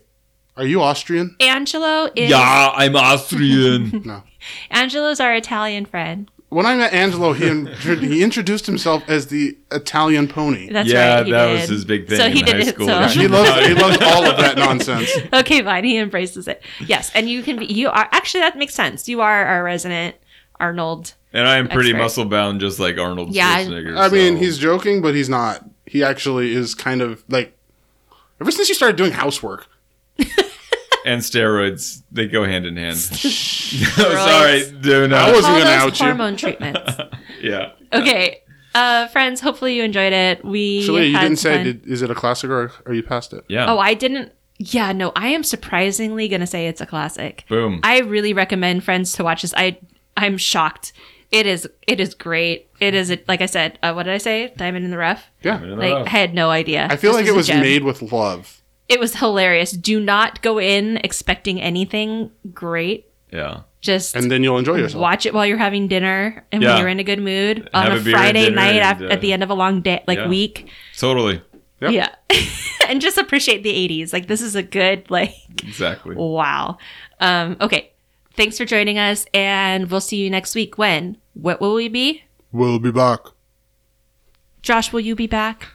S3: Are you Austrian?
S1: Angelo is
S4: Yeah, I'm Austrian.
S3: No.
S1: Angelo's our Italian friend.
S3: When I met Angelo, he in- he introduced himself as the Italian pony.
S1: That's
S4: yeah,
S1: right. he
S4: that
S1: did.
S4: was his big thing
S1: So
S4: in
S1: he did
S4: high
S1: it.
S4: school.
S1: So.
S4: Yeah.
S3: He loves he loves all of that nonsense.
S1: okay, fine. He embraces it. Yes, and you can be. You are actually that makes sense. You are our resident Arnold.
S4: And I am pretty
S1: Expert.
S4: muscle bound, just like Arnold
S1: Yeah.
S4: Schwarzenegger.
S3: I mean,
S4: so-
S3: he's joking, but he's not. He actually is kind of like. Ever since you started doing housework,
S4: and steroids they go hand in hand. I'm sorry, do
S3: I
S4: not.
S3: wasn't
S1: All
S3: going to
S1: those
S3: out you.
S1: hormone treatments.
S4: Yeah,
S1: Okay, uh, friends. Hopefully you enjoyed it. We
S3: Shalia, you
S1: had
S3: didn't say,
S1: fun.
S3: did, is it a classic or are you past it?
S4: yeah.
S1: Oh, I didn't. Yeah, no. I am surprisingly gonna say it's a classic.
S4: Boom.
S1: I really recommend friends to watch this. I I'm shocked. It is it is great. It is like I said. Uh, what did I say? Diamond in the rough.
S3: Yeah.
S1: Like I had no idea.
S3: I feel
S1: This
S3: like it
S1: a
S3: was
S1: gem.
S3: made with love.
S1: It was hilarious. Do not go in expecting anything great.
S4: yeah.
S1: Just
S3: And then you'll enjoy yourself.
S1: watch it while you're having dinner and
S4: Yeah.
S1: when you're in a good mood
S4: Have
S1: on a,
S4: a beer and
S1: Friday
S4: dinner
S1: night af-
S4: and, uh,
S1: at the end of a long day, like
S4: yeah.
S1: week.
S4: Totally.
S1: Yeah. and just appreciate the 80s. Like, this is a good, like,
S4: Exactly.
S1: wow. Um, okay. Thanks for joining us, and we'll see you next week. When? What will we be?
S3: We'll be back.
S1: Josh, will you be back?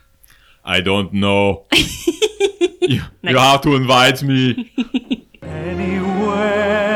S4: I don't know. you,
S1: Nice.
S4: have to invite me.
S7: anywhere.